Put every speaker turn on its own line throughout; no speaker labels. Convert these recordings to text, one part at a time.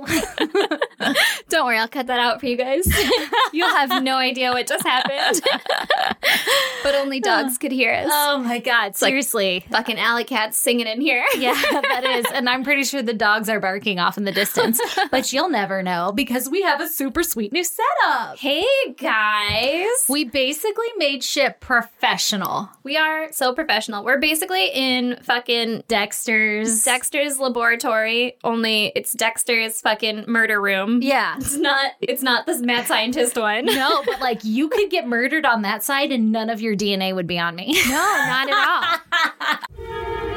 Don't worry, I'll cut that out for you guys. You'll have no idea what just happened. but only dogs could hear us.
Oh my god!
like-
Seriously.
Fucking alley cats singing in here.
yeah, that is. And I'm pretty sure the dogs are barking off in the distance, but you'll never know because we have a super sweet new setup.
Hey guys.
We basically made shit professional.
We are so professional. We're basically in fucking
Dexter's.
Dexter's laboratory, only it's Dexter's fucking murder room.
yeah.
It's not it's not this mad scientist one.
No, but like you could get murdered on that side and none of your DNA would be on me.
No, not at all.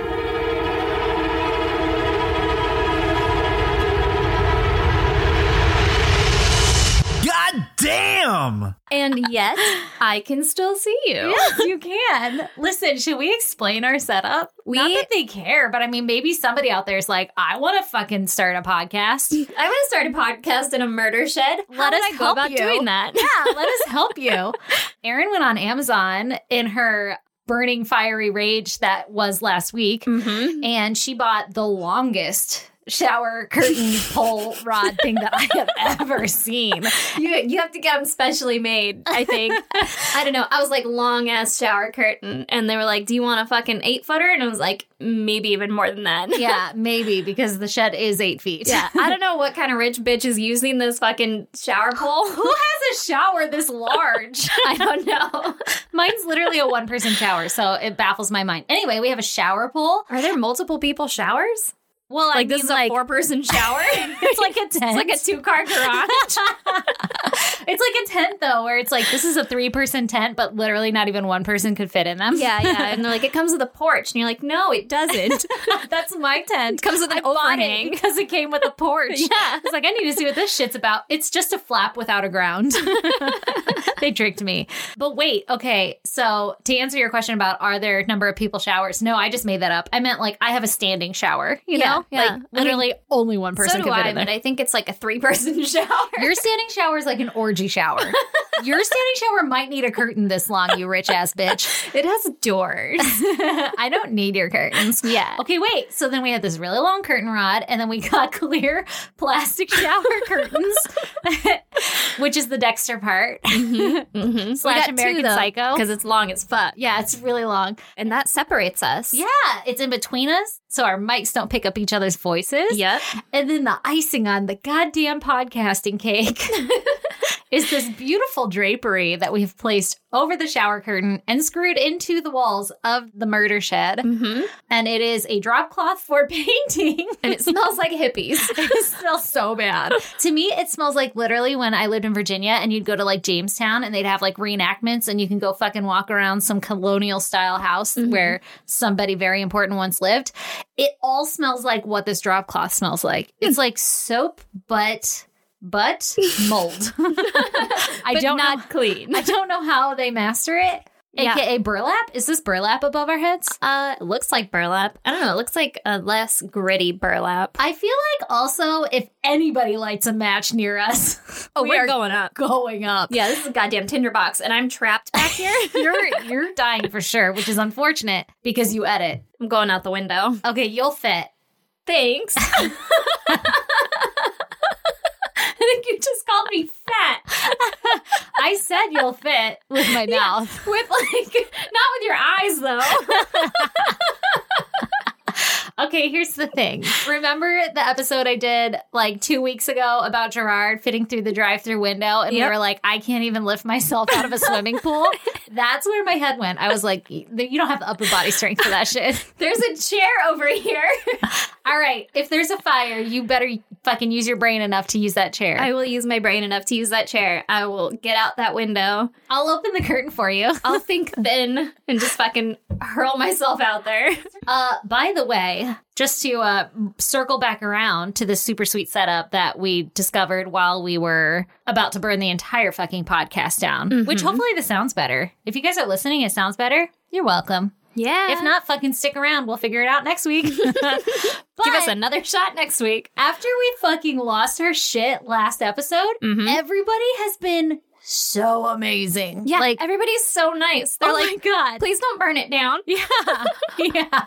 God damn!
and yet, I can still see you.
you can. Listen, should we explain our setup?
We-
Not that they care, but I mean, maybe somebody out there is like, I want to fucking start a podcast.
I want to start a podcast in a murder shed.
Let
How
us
did I go
help
about
you.
doing that.
yeah, let us help you. Erin went on Amazon in her burning fiery rage that was last week,
Mm-hmm.
and she bought the longest shower curtain pole rod thing that I have ever seen.
You you have to get them specially made. I think. I don't know. I was like long ass shower curtain, and they were like, "Do you want a fucking eight footer?" And I was like, maybe even more than that.
Yeah, maybe because the shed is eight feet.
Yeah, I don't know what kind of rich bitch is using this fucking shower pole.
Who has a shower this large?
I don't know.
Mine's literally a one person shower, so it baffles my mind. Anyway, we have a shower pool.
Are there multiple people showers?
Well,
Like this is a four person shower.
it's like a tent.
It's like a two car garage.
It's like a tent though, where it's like this is a three person tent, but literally not even one person could fit in them.
yeah, yeah. And they're like, it comes with a porch, and you're like, no, it doesn't.
that's my tent.
comes with an
Bought
overhang.
it because it came with a porch.
Yeah.
it's like I need to see what this shit's about. It's just a flap without a ground. they tricked me. But wait, okay. So to answer your question about are there a number of people showers? No, I just made that up. I meant like I have a standing shower. You
Yeah,
know,
yeah.
like literally only one
so
person
do
could fit
I,
in there.
but I think it's like a three person shower.
Your standing shower is like an orgy shower. Your standing shower might need a curtain this long, you rich ass bitch.
It has doors.
I don't need your curtains.
yeah.
Okay, wait. So then we had this really long curtain rod, and then we got clear plastic shower curtains, which is the Dexter part. Slash American Psycho.
Because it's long as fuck.
Yeah, it's really long.
And that separates us.
Yeah, it's in between us, so our mics don't pick up each other's voices.
Yep.
And then the icing on the goddamn podcasting cake is this beautiful drapery that we've placed over the shower curtain and screwed into the walls of the murder shed.
Mm-hmm.
And it is a drop cloth for painting.
And it smells like hippies.
it smells so bad. to me, it smells like literally when I lived in Virginia and you'd go to like Jamestown and they'd have like reenactments and you can go fucking walk around some colonial style house
Mm-hmm.
where somebody very important once lived. It all smells like what this drop cloth smells like.
Hmm.
It's like soap, but but mold. I
but
don't
not
know,
clean.
I don't know how they master it.
Yeah.
AKA burlap. Is this burlap above our heads?
Uh, it looks like burlap. I don't know. It looks like a less gritty burlap.
I feel like also if anybody lights a match near us,
Oh,
we
we're
are
going up.
going up.
Yeah, this is a goddamn tinderbox, and I'm trapped back here.
you're you're dying for sure, which is unfortunate because you edit.
I'm going out the window.
Okay, you'll fit.
Thanks. I think you just called me fat
I said you'll fit with my mouth.
with like not with your eyes though.
Okay, here's the thing. Remember the episode I did like two weeks ago about Gerard fitting through the drive-through window, and
Yep.
we were like, I can't even lift myself out of a swimming pool. That's where my head went. I was like, you don't have the upper body strength for that shit.
There's a chair over here.
All right, if there's a fire, you better fucking use your brain enough to use that chair.
I will use my brain enough to use that chair. I will get out that window.
I'll open the curtain for you.
I'll think thin and just fucking hurl myself out there.
Uh, by the way, just to uh, circle back around to the super sweet setup that we discovered while we were about to burn the entire fucking podcast down, which
Mm-hmm.
hopefully this sounds better. If you guys are listening, it sounds better. You're welcome.
Yeah.
If not, fucking stick around. We'll figure it out next week. but
give us another shot next week. Mm-hmm.
after we fucking lost her shit last episode, everybody has been so amazing.
Yeah,
Like,
everybody's so nice. They're
oh
like,
my God.
please don't burn it down.
Yeah. yeah.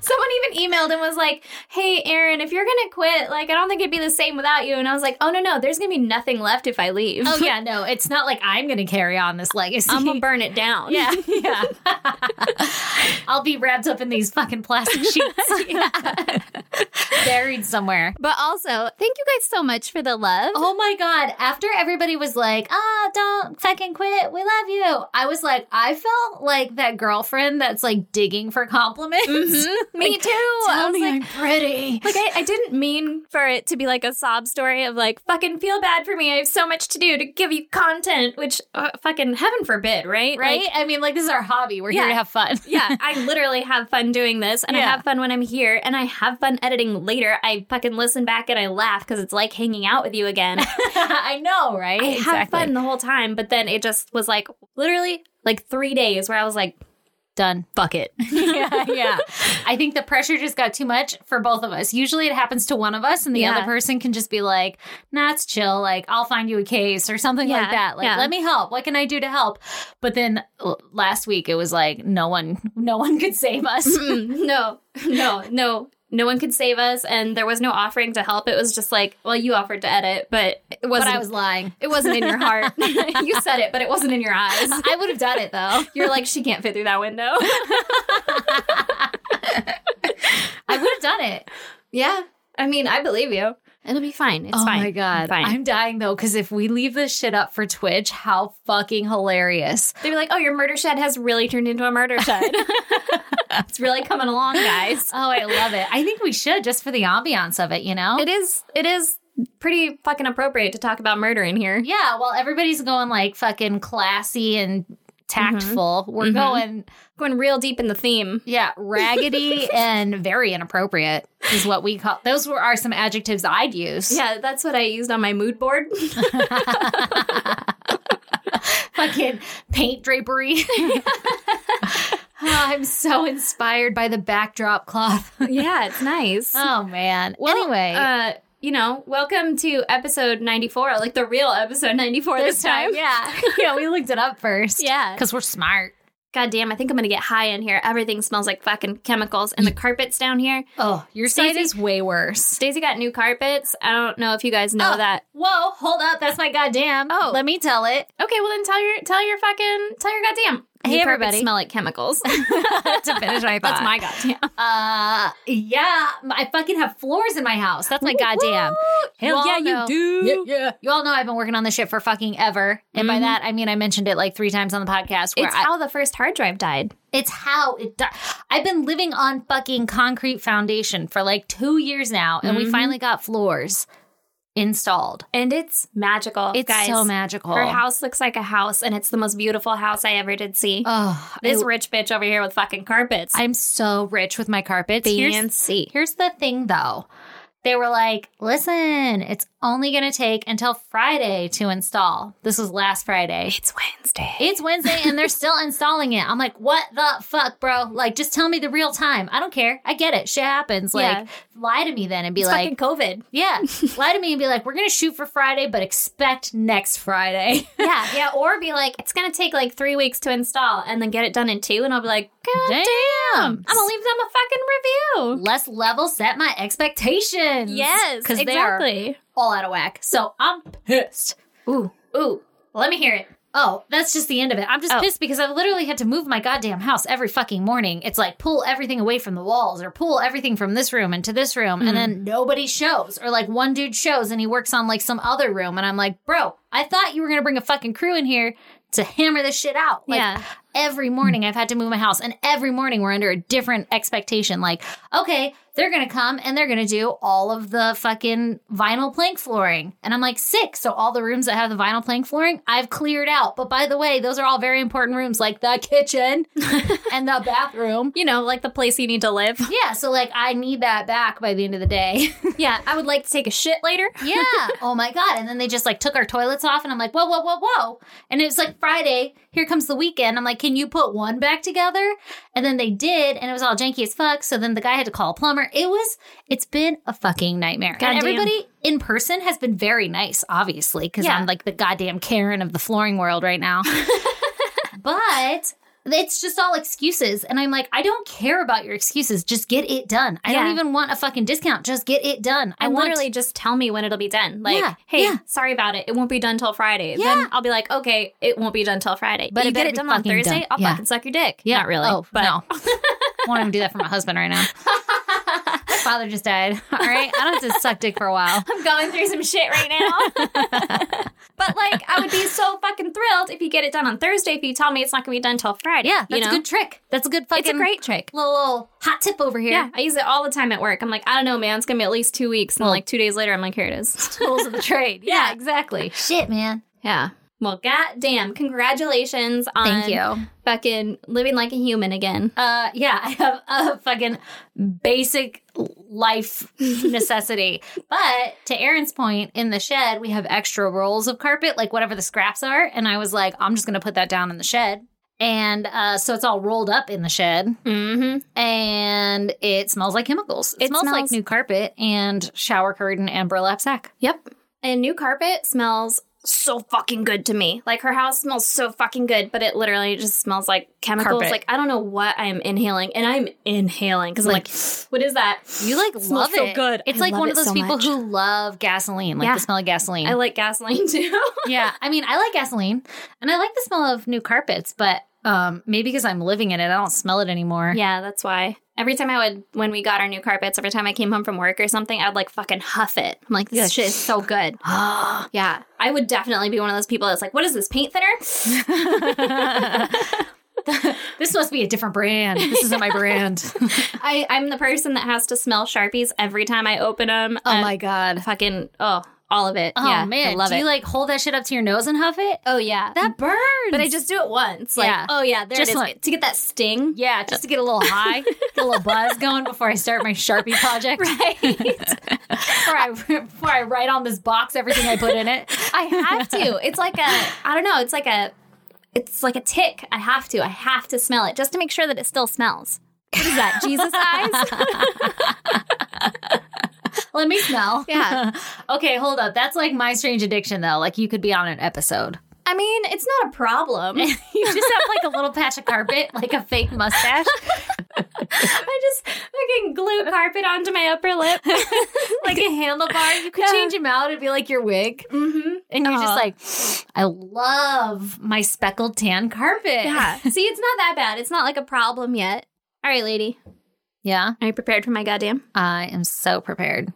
Someone even emailed and was like, hey, Aaron, if you're going to quit, like, I don't think it'd be the same without you. And I was like, oh, no, no, there's going to be nothing left if I leave.
Oh, yeah. No, it's not like I'm going to carry on this legacy.
I'm going to burn it down.
Yeah, yeah. I'll be wrapped up in these fucking plastic sheets. Buried somewhere.
But also, thank you guys so much for the love.
Oh my God. After everybody was like, ah, don't fucking quit. We love you. I was like, I felt like that girlfriend that's like digging for compliments.
Mm-hmm. me too. I was like,
I'm pretty.
like I, I didn't mean for it to be like a sob story of like fucking feel bad for me. I have so much to do to give you content, which uh, fucking heaven forbid, right?
Right?
Like,
I mean, like, this is our hobby. We're here
Yeah.
to have fun.
yeah, I literally have fun doing this, and I
Yeah.
have fun when I'm here, and I have fun editing later. I fucking listen back and I laugh because it's like hanging out with you again.
I know, right?
I have fun the whole time, but then it just was like literally like three days where I was like,
Done.
fuck it.
yeah, yeah. I think the pressure just got too much for both of us. Usually it happens to one of us and the
Yeah.
other person can just be like, nah, it's chill. Like, I'll find you a case or something
Yeah,
like that. Like,
yeah.
let me help. What can I do to help? But then l- last week it was like, no one, no one could save us.
Mm, no, no, no. No one could save us, and there was no offering to help. It was just like, well, you offered to edit, but it
but
wasn't.
I was lying.
it wasn't in your heart. you said it, but it wasn't in your eyes.
I would have done it though.
You're like, she can't fit through that window.
I would have done it.
yeah, I mean, I believe you. It'll be fine. It's
oh
fine.
my god.
It's fine.
I'm dying though, because if we leave this shit up for Twitch, how fucking hilarious.
they were like, "Oh, your murder shed has really turned into a murder shed. it's really coming along, guys."
Oh, I love it. I think we should just for the ambiance of it, you know?
It is. It is pretty fucking appropriate to talk about murder in here.
Yeah, well, everybody's going like fucking classy and tactful. We're
Mhm.
going,
Going real deep in the theme.
yeah, raggedy and very inappropriate is what we call. Those were are some adjectives I'd use.
Yeah, that's what I used on my mood board.
fucking paint drapery. Ah, I'm so inspired by the backdrop cloth.
yeah, it's nice.
oh man. anyway,
uh, you know, welcome to episode 94, like the real episode 94 this, time.
yeah, yeah, we looked it up first.
Yeah.
because we're smart.
God damn, I think I'm going to get high in here. Everything smells like fucking chemicals and the carpets down here.
Oh, your side
Stacey-
is way worse.
Daisy got new carpets. I don't know if you guys know
Oh.
that.
Whoa, hold up. That's my goddamn.
Oh.
let me tell it.
Okay, well then tell your tell your fucking tell your goddamn.
Hey,
New carpets
everybody.
smell like chemicals.
to finish my
That's
thought.
my goddamn.
Uh, yeah, I fucking have floors in my house. That's my goddamn.
Hell
all
yeah, you
know-
do.
Yeah, yeah. You all know I've been working on this shit for fucking ever, and by
Mhm.
that I mean I mentioned it like three times on the podcast. Where
It's
I,
how the first hard drive died.
it's how it. di- I've been living on fucking concrete foundation for like two years now, and we
Mhm.
finally got floors installed.
And it's magical.
It's
guys.
so magical.
Her house looks like a house, and it's the most beautiful house I ever did see.
Oh,
this
I,
rich bitch over here with fucking carpets.
I'm so rich with my carpets. Here's-
Fancy.
Here's the thing though. They were like, listen, it's only going to take until Friday to install. This was last Friday.
It's Wednesday.
It's Wednesday and they're still installing it. I'm like, what the fuck, bro? Like, just tell me the real time. I don't care. I get it. Shit happens. Like,
Yeah.
lie to me then and be
It's
like,
fucking COVID.
yeah, lie to me and be like, we're going to shoot for Friday, but expect next Friday.
yeah, yeah. Or be like, it's gonna take like three weeks to install, and then get it done in two, and I'll be like, God damn,
Damn.
I'm gonna leave them a fucking review.
Let's level set my expectations. Because they are all out of whack. So I'm pissed.
Ooh, ooh. Let me hear it.
Oh, that's just the end of it. I'm just
Oh.
pissed because I literally had to move my goddamn house every fucking morning. It's like pull everything away from the walls or pull everything from this room into this room and then
Mm-hmm.
nobody shows or like one dude shows and he works on like some other room and I'm like, "Bro, I thought you were going to bring a fucking crew in here to hammer this shit out." Like
Yeah.
every morning I've had to move my house and every morning we're under a different expectation like, "Okay, they're going to come and they're going to do all of the fucking vinyl plank flooring." And I'm like, "Sick." So all the rooms that have the vinyl plank flooring, I've cleared out. But by the way, those are all very important rooms like the kitchen and the bathroom.
You know, like the place you need to live.
Yeah, so like I need that back by the end of the day.
yeah, I would like to take a shit later.
Yeah. Oh my God. And then they just like took our toilets off, and I'm like, whoa, whoa, whoa, whoa. And it was like Friday. Here comes the weekend. I'm like, can you put one back together? And then they did, and it was all janky as fuck. So then the guy had to call a plumber. It was, it's been a fucking nightmare.
Goddamn.
And everybody in person has been very nice, obviously, because
Yeah.
I'm like the goddamn Karen of the flooring world right now. but it's just all excuses. And I'm like, I don't care about your excuses. Just get it done. I
Yeah.
don't even want a fucking discount. Just get it done. I
And
want
literally just tell me when it'll be done. Like,
Yeah,
hey,
yeah.
sorry about it. It won't be done till Friday.
Yeah.
Then I'll be like, okay, it won't be done till Friday.
But
you
it
get
better
it
be
done on
fucking
Thursday,
done.
I'll
Yeah.
fucking suck your dick.
Yeah.
Not really.
Oh,
but
no. Won't even do that for my husband right now. My father just died. All right. I don't have to suck dick for a while.
I'm going through some shit right now. but like, I would be so fucking thrilled if you get it done on Thursday. If you tell me it's not gonna be done till Friday.
Yeah, that's
you know?
a good trick. That's a good fucking
It's a great trick.
little, little hot tip over here.
Yeah, I use it all the time at work. I'm like, I don't know, man. It's gonna be at least two weeks, and like two days later, I'm like, here it is.
Tools of the trade.
yeah, exactly.
Shit, man.
Yeah. Well, goddamn! Congratulations on
Thank you.
fucking living like a human again.
Uh, yeah, I have a fucking basic life necessity. but to Aaron's point, in the shed, we have extra rolls of carpet, like whatever the scraps are. And I was like, I'm just going to put that down in the shed. And uh, so it's all rolled up in the shed.
Mm-hmm.
and it smells like chemicals. It,
It
smells, like
smells-
new carpet and shower curtain and burlap sack.
Yep. And new carpet smells so fucking good to me. Like her house smells so fucking good, but it literally just smells like chemicals.
Carpet.
Like I don't know what I'm inhaling, and I'm inhaling because
Like-
I'm like, what is that?
You like
Smells
love
so
it.
good.
It's
I
like
love
one
it
of those
so
people
much.
who love gasoline, like
Yeah.
the smell of gasoline.
I like gasoline too.
yeah, I mean, I like gasoline and I like the smell of new carpets, but um, maybe because I'm living in it, I don't smell it anymore.
yeah, that's why. Every time I would, when we got our new carpets, every time I came home from work or something, I'd like fucking huff it. I'm like, this
Yeah.
shit is so good. yeah, I would definitely be one of those people that's like, what is this paint thinner?
this must be a different brand. This isn't my brand.
I, I'm the person that has to smell sharpies every time I open them.
oh my god.
fucking oh all of it.
Oh
yeah,
man,
I love
do
it.
you like hold that shit up to your nose and huff it?
oh yeah,
That burns.
But I just do it once. Like
Yeah.
oh yeah, there
Just
it is
like-
to get that sting.
Yeah, just to get a little high, get a little buzz going before I start my Sharpie project. Right. before, I, before I write on this box everything I put in it.
I have to. It's like a I don't know. It's like a it's like a tick. I have to. I have to smell it just to make sure that it still smells. What is that? Jesus eyes?
Let me smell.
Yeah.
okay, hold up. That's like my strange addiction, though. Like you could be on an episode.
I mean, it's not a problem.
You just have like a little patch of carpet, like a fake mustache.
I just fucking glue carpet onto my upper lip.
like a handlebar. You could change him out. It'd be like your wig. Mm-hmm. And you're
Aw.
just like, I love my speckled tan carpet.
yeah. See, it's not that bad. It's not like a problem yet. All right, lady.
Yeah.
Are you prepared for my goddamn?
I am so prepared.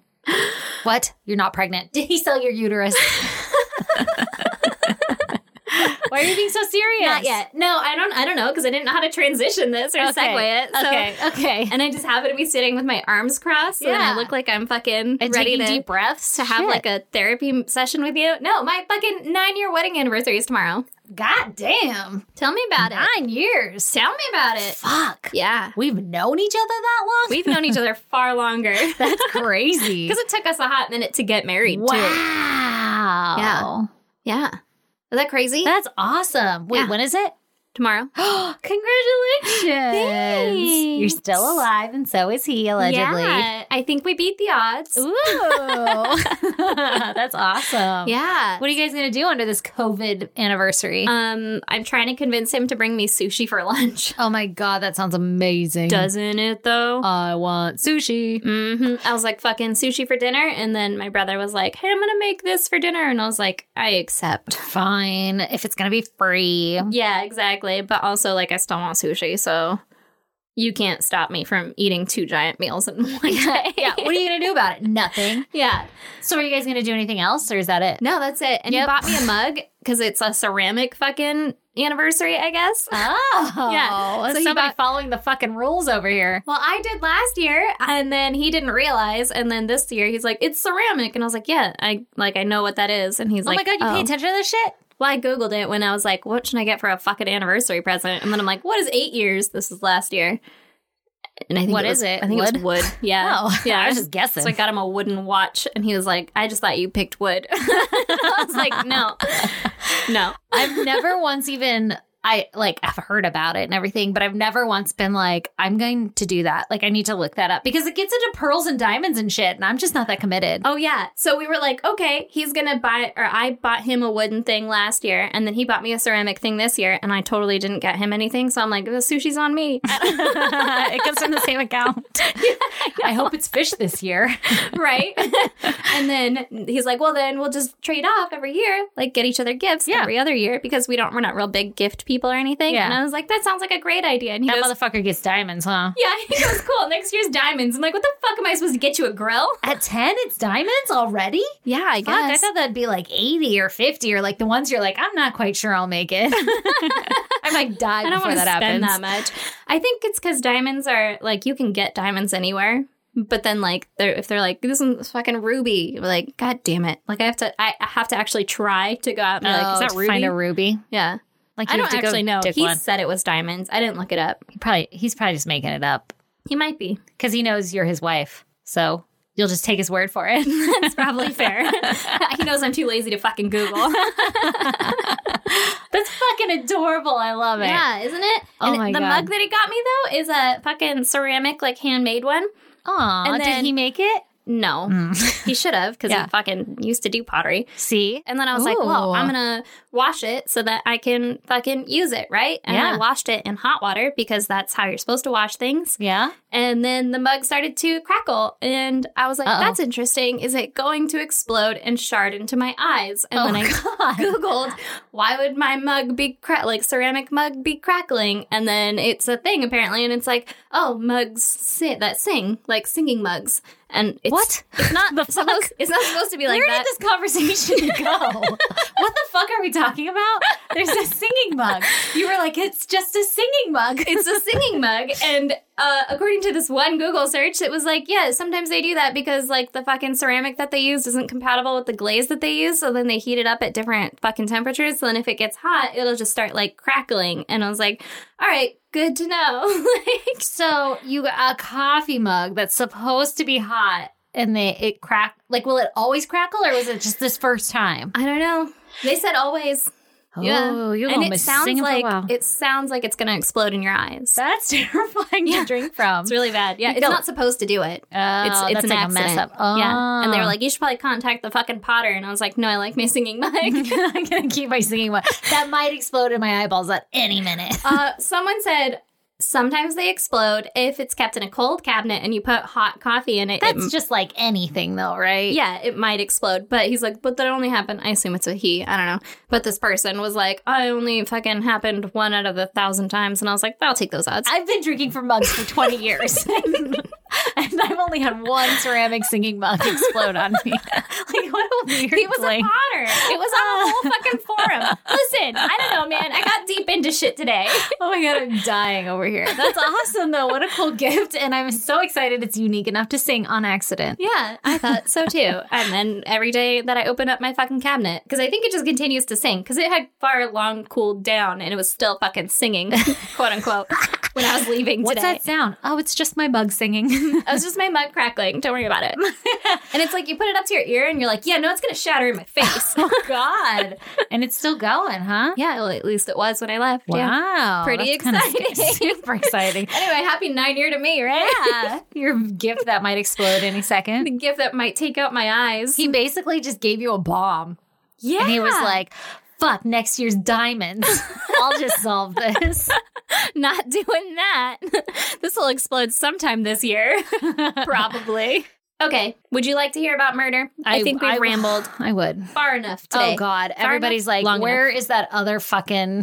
what? You're not pregnant. Did he sell your uterus? Why are you being so serious?
Not yet. No, I don't. I don't know because I didn't know how to transition this or segue it. So.
okay. Okay.
And I just happen to be sitting with my arms crossed, so then
Yeah.
I look like I'm fucking
And
ready
taking
to,
deep breaths
to have like a therapy session with you. No, my fucking nine year wedding anniversary is tomorrow.
God damn.
Tell me about it.
Nine years.
Tell me about it.
Fuck.
Yeah,
We've known each other that long?
we've known each other far longer because
That's crazy.
it took us a hot minute to get married. Too.
wow.
Yeah. Yeah, is that crazy?
That's awesome. Wait,
Yeah.
when is it?
tomorrow.
Congratulations. You're still alive, and so is he, allegedly.
Yeah, I think we beat the odds.
Ooh. That's awesome.
Yeah.
What are you guys going to do under this COVID anniversary?
Um, I'm trying to convince him to bring me sushi for lunch.
oh my God, that sounds amazing.
Doesn't it though?
I want sushi.
hmm I was like, fucking sushi for dinner. And then my brother was like, hey, I'm going to make this for dinner. And I was like, I accept.
Fine. If it's going to be free.
Yeah, exactly. But also, like, I still want sushi. So you can't stop me from eating two giant meals in one day.
Yeah. What are you going to do about it? Nothing.
yeah.
So, are you guys going to do anything else or is that it?
No, that's it. And
Yep.
he bought me a mug because it's a ceramic fucking anniversary, I guess.
Oh.
Yeah. So he
somebody
bought-
following the fucking rules over here.
Well, I did last year, and then he didn't realize. And then this year, he's like, "It's ceramic," and I was like, "Yeah, I like I know what that is." And he's
oh
like, "Oh."
my God, you pay attention to this shit?
Well, I googled it when I was like, "What should I get for a fucking anniversary present?" And then I'm like, "What is eight years? This is last year." And I think
What
it
is
was,
it?
I think it was wood. Yeah,
Oh,
yeah.
I was just guessing.
So I got him a wooden watch, and he was like, "I just thought you picked wood." I was like, "No, no."
I've never once even. I- I like I've heard about it and everything, but I've never once been like, I'm going to do that. Like I need to look that up because it gets into pearls and diamonds and shit, and I'm just not that committed.
Oh yeah. So we were like, okay, he's gonna buy, or I bought him a wooden thing last year, and then he bought me a ceramic thing this year, and I totally didn't get him anything. So I'm like, the sushi's on me,
it comes from the same account. I hope it's fish this year.
right? and then he's like, well, then we'll just trade off every year, like get each other gifts
Yeah.
every other year because we don't, we're not real big gift people or anything.
Yeah.
And I was like, that sounds like a great idea. And he
That
goes,
motherfucker gets diamonds, huh?
yeah, he goes, cool. Next year's diamonds. I'm like, what the fuck am I supposed to get you a grill?
At 10, it's diamonds already?
Yeah, I
Fuck, I thought that'd be like 80 or 50 or like the ones you're like, I'm not quite sure I'll make it. I might die
I don't
before
want to
that
spend that
happens.
much. I think it's because diamonds are like you can get diamonds anywhere, but then like they're if they're like this one's fucking ruby, you're like god damn it, like I have to I I have to actually try to go out and be like is
Oh,
that
to
ruby?
Find a ruby.
yeah,
Like
I
you have
don't
to go
actually know.
Dick
He
one.
said it was diamonds. I didn't look it up.
He probably he's probably just making it up
He might be.
because he knows you're his wife, so you'll just take his word for it.
That's probably fair. he knows I'm too lazy to fucking Google.
That's fucking adorable. I love it.
yeah, isn't it?
Oh
and
my
the
God.
mug that he got me though is a fucking ceramic like handmade one.
Aw,
And
did
then-
he make it?
No, he should have because
Mm. Yeah.
he fucking used to do pottery.
See,
And then I was like,
Ooh.
well, I'm going to wash it so that I can fucking use it, right? And
Yeah.
I washed it in hot water because that's how you're supposed to wash things.
yeah.
And then the mug started to crackle. And I was like,
Uh-oh.
that's interesting. Is it going to explode and shard into my eyes? And then I
Oh, god.
Googled, why would my mug be cra- like ceramic mug be crackling? And then it's a thing apparently, and it's like, oh, mugs si- that sing like singing mugs, and it's,
What?
It's not
The
supposed. It's not supposed to be like
Where
that.
did this conversation go? what the fuck are we talking about? There's a singing mug. You were like, it's just a singing mug.
it's a singing mug and uh, according to this one google search it was like yeah sometimes they do that because like the fucking ceramic that they use isn't compatible with the glaze that they use so then they heat it up at different fucking temperatures so then if it gets hot it'll just start like crackling and i was like all right good to know like
So you got a coffee mug that's supposed to be hot, and they it crack. Like, will it always crackle, or was it just this first time?
i don't know they said always Yeah.
Oh, you
and
almost
it sounds like it sounds like it's gonna explode in your eyes
that's terrifying to drink from.
it's really bad yeah it's
No.
not supposed to do it
Oh,
it's it's
that's
an
like
accident.
a mess up. Oh.
Yeah, and they were like, you should probably contact the fucking Potter, and I was like, no, I like my singing mic.
I'm gonna keep my singing one. That might explode in my eyeballs at any minute.
uh, someone said sometimes they explode if it's kept in a cold cabinet and you put hot coffee in it. it
That's
m-
just like anything, though, right?
yeah, it might explode, but he's like, but that only happened. I assume it's a he. I don't know. But this person was like, I only fucking happened one out of the thousand times, and I was like, I'll take those odds.
I've been drinking from mugs for 20 years. and I've only had one ceramic singing mug explode on me. like, what a weird
he was
thing.
a Potter. It was on a whole fucking forum. Listen, I don't know, man. I got deep into shit today.
Oh my god, I'm dying over here. That's awesome though. What a cool gift. And I'm so excited it's unique enough to sing on accident.
Yeah, I thought so too. And then every day that I open up my fucking cabinet, because I think it just continues to sing, because it had far long cooled down and it was still fucking singing, quote unquote, when I was leaving
What's
today.
that sound? Oh, it's just my bug singing.
That was just my mug crackling. Don't worry about it. and it's like you put it up to your ear and you're like, yeah, no, it's gonna shatter in my face.
god. And it's still going, huh?
yeah, well, at least it was when I left. Yeah.
Wow.
Pretty
that's kinda
exciting.
super exciting.
Anyway, happy nine year to me, right?
Yeah. Your gift that might explode any second.
The gift that might take out my eyes.
He basically just gave you a bomb.
yeah.
And he was like, fuck, next year's diamonds. I'll just solve this.
not doing that. this will explode sometime this year, probably. Okay. Would you like to hear about murder? I, think we
I-
rambled
I would.
far enough today.
Oh God!
Far
Everybody's
enough?
like,
Long
where is that other fucking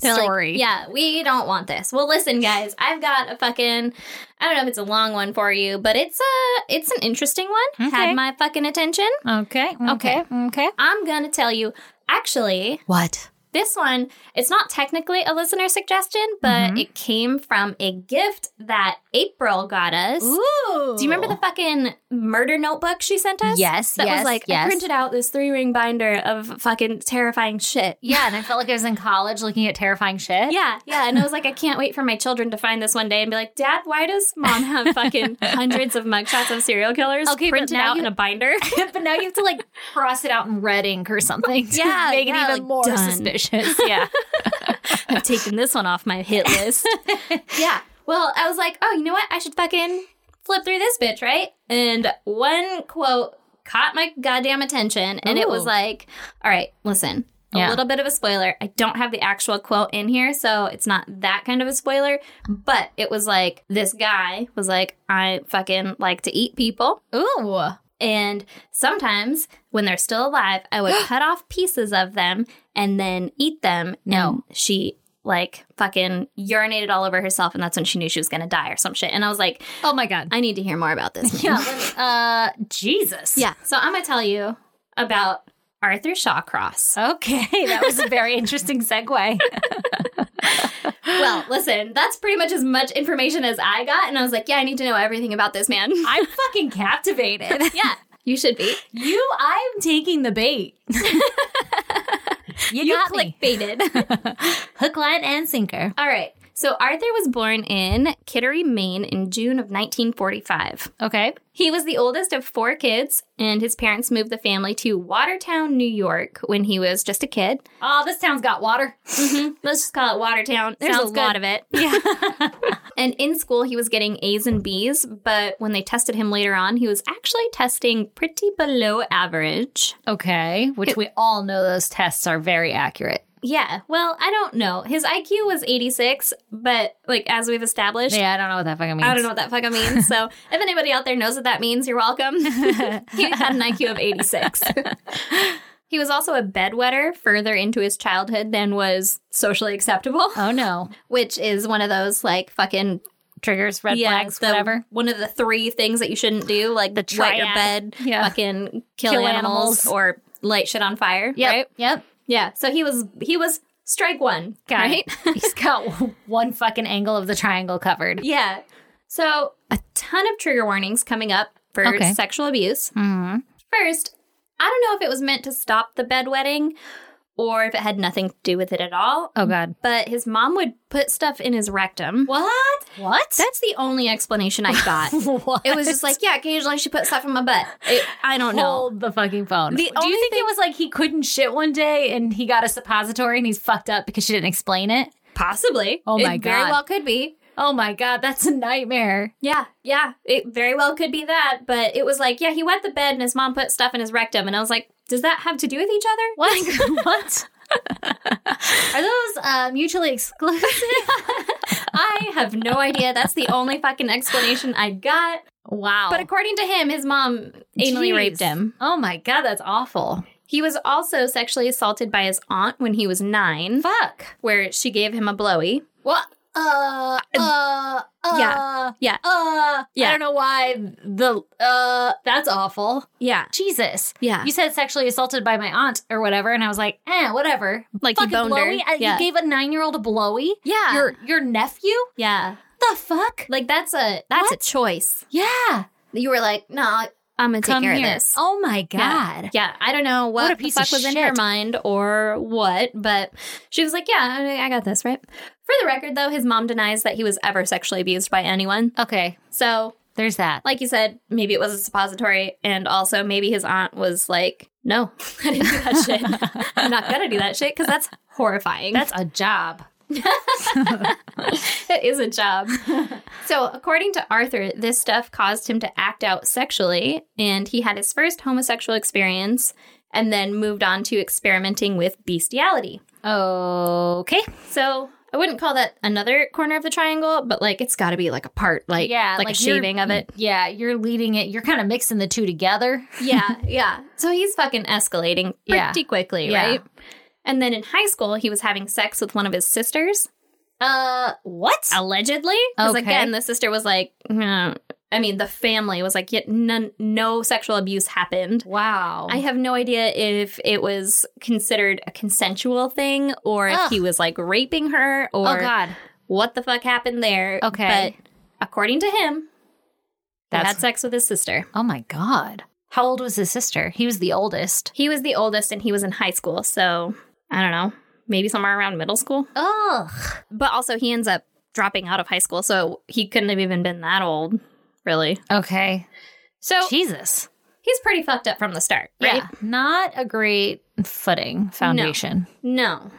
They're like,
story?
yeah, we don't want this. Well, listen, guys, I've got a fucking. I don't know if it's a long one for you, but it's a it's an interesting one.
Okay.
Had my fucking attention.
Okay. Okay. Okay.
I'm gonna tell you. Actually,
What?
this one it's not technically a listener
Mm-hmm.
suggestion, but it came from a gift that April got us.
Ooh. Oh.
Do you remember the fucking murder notebook she sent us?
Yes,
That
yes,
was like,
yes.
I printed out this three ring binder of fucking terrifying shit.
Yeah, and I felt like I was in college looking at terrifying shit.
Yeah, yeah. And I was like, I can't wait for my children to find this one day and be like, Dad, why does mom have fucking hundreds of mugshots of serial killers
Okay, but
printed
now
out
you-
in a binder?
but now you have to like cross it out in red ink or something. To
Yeah,
make
yeah,
it
like,
even more
done.
suspicious. Yeah,
I've taken this one off my hit list. yeah. Well, I was like, oh, you know what? I should fucking flip through this bitch, right? And one quote caught my goddamn attention, and it was
Ooh.
like, all right, listen. A
Yeah.
little bit of a spoiler. I don't have the actual quote in here, so it's not that kind of a spoiler. But it was like this guy was like, I fucking like to eat people.
ooh,
And sometimes when they're still alive, I would cut off pieces of them and then eat them.
No.
And she like fucking urinated all over herself and that's when she knew she was gonna die or some shit. And I was like,
oh my god.
I need to hear more about this.
Yeah,
man.
let me- uh, Jesus.
yeah. So I'm gonna tell you about Arthur Shawcross.
Okay, that was a very interesting segue.
Well, listen, that's pretty much as much information as I got, and I was like, yeah, I need to know everything about this man.
I'm fucking captivated.
yeah, you should be.
You, I'm taking the bait. you, got me.
clickbaited.
Hook, line, and sinker.
All right. So Arthur was born in Kittery, Maine in June of 1945.
Okay.
He was the oldest of four kids, and his parents moved the family to Watertown, New York when he was just a kid.
Oh, this town's got water.
Let's just call it Watertown.
There's a
Sounds
lot
good.
of it.
Yeah. and in school, he was getting A's and B's, but when they tested him later on, he was actually testing pretty below average.
Okay, which we all know those tests are very accurate.
Yeah. Well, I don't know. His IQ was 86, but like as we've established,
Yeah, I don't know what that fucking means.
I don't know what that fucking means. So if anybody out there knows what that means, you're welcome. he had an IQ of 86. he was also a bedwetter further into his childhood than was socially acceptable,
Oh no.
which is one of those like fucking
Triggers, red
yeah,
flags,
the-
whatever.
One of the three things that you shouldn't do, like the wet your
triad.
bed,
Yeah.
fucking kill,
Kill
animals,
animals.
or light shit on fire.
Yep.
Right?
Yep.
Yeah. So he was he was strike one.
Got
right?
it. He's got one fucking angle of the triangle covered.
Yeah. So a ton of trigger warnings coming up for
Okay.
sexual abuse.
Mm-hmm.
First, I don't know if it was meant to stop the bedwetting or if it had nothing to do with it at all,
Oh god.
but his mom would put stuff in his rectum.
What? What?
That's the only explanation I got.
what?
it was just like, yeah, occasionally she put stuff in my butt. It, I don't know.
Hold the fucking phone.
The
Do
only
you think it was like he couldn't shit one day and he got a suppository and he's fucked up because she didn't explain it?
Possibly.
Oh my
it very
God.
well could be.
Oh my god, that's a nightmare.
Yeah, yeah. It very well could be that, but it was like, yeah, he wet the bed and his mom put stuff in his rectum. And I was like, does that have to do with each other?
What? what? Are those uh, mutually exclusive?
I have no idea. That's the only fucking explanation I got.
wow.
But according to him, his mom anally
uh, Jeez.
raped him.
Oh my god, that's awful.
He was also sexually assaulted by his aunt when he was nine,
Fuck.
where she gave him a blowy.
What? Uh, uh, uh,
Yeah. Yeah.
uh.
Yeah.
I don't know why the uh. That's awful.
Yeah.
Jesus.
Yeah.
You said sexually assaulted by my aunt or whatever, and I was like, eh, whatever.
Like he
Fucking
boned her.
blowy. I-
Yeah.
You gave a nine-year-old a blowy.
Yeah.
Your your nephew.
yeah.
The fuck.
Like that's a that's
What?
a choice.
Yeah.
You were like, no, nah, I'm gonna take
Come
care
here.
of this.
Oh my god.
Yeah. Yeah, I don't know what,
What a
the
piece
fuck
of
was in her
shit.
mind or what, but she was like, "Yeah, I I got this right." For the record, though, his mom denies that he was ever sexually abused by anyone.
Okay.
So
There's that.
like you said, maybe it was a suppository, and also maybe his aunt was like, "No, I didn't do that shit. I'm not gonna do that shit because that's horrifying.
That's a job.
it is a job." so, according to Arthur, this stuff caused him to act out sexually, and he had his first homosexual experience, and then moved on to experimenting with bestiality.
Okay.
So. I wouldn't call that another corner of the triangle, but like it's got to be like a part, like
Yeah.
like, a
you're-
shaving of it.
Yeah. You're leading it. You're kind of mixing the two together.
Yeah, yeah. So he's fucking escalating pretty
Yeah.
quickly,
Yeah.
right? And then in high school, he was having sex with one of his sisters,
Uh. What?
allegedly. Because
Okay.
again, the sister was like, "Mm." I mean, the family was like, yet none, no sexual abuse happened.
Wow.
I have no idea if it was considered a consensual thing or if
Ugh.
he was like raping her
oh
or
god.
what the fuck happened there.
Okay.
But according to him, that
That's-
had sex with his sister.
Oh my God. How old was his sister? He was the oldest.
He was the oldest and he was in high school. So I don't know, maybe somewhere around middle school.
Ugh.
But also, he ends up dropping out of high school. So he couldn't have even been that old, really.
Okay.
So
Jesus.
he's pretty fucked up from the start, right?
Oh. Yeah. Not a great footing foundation.
No.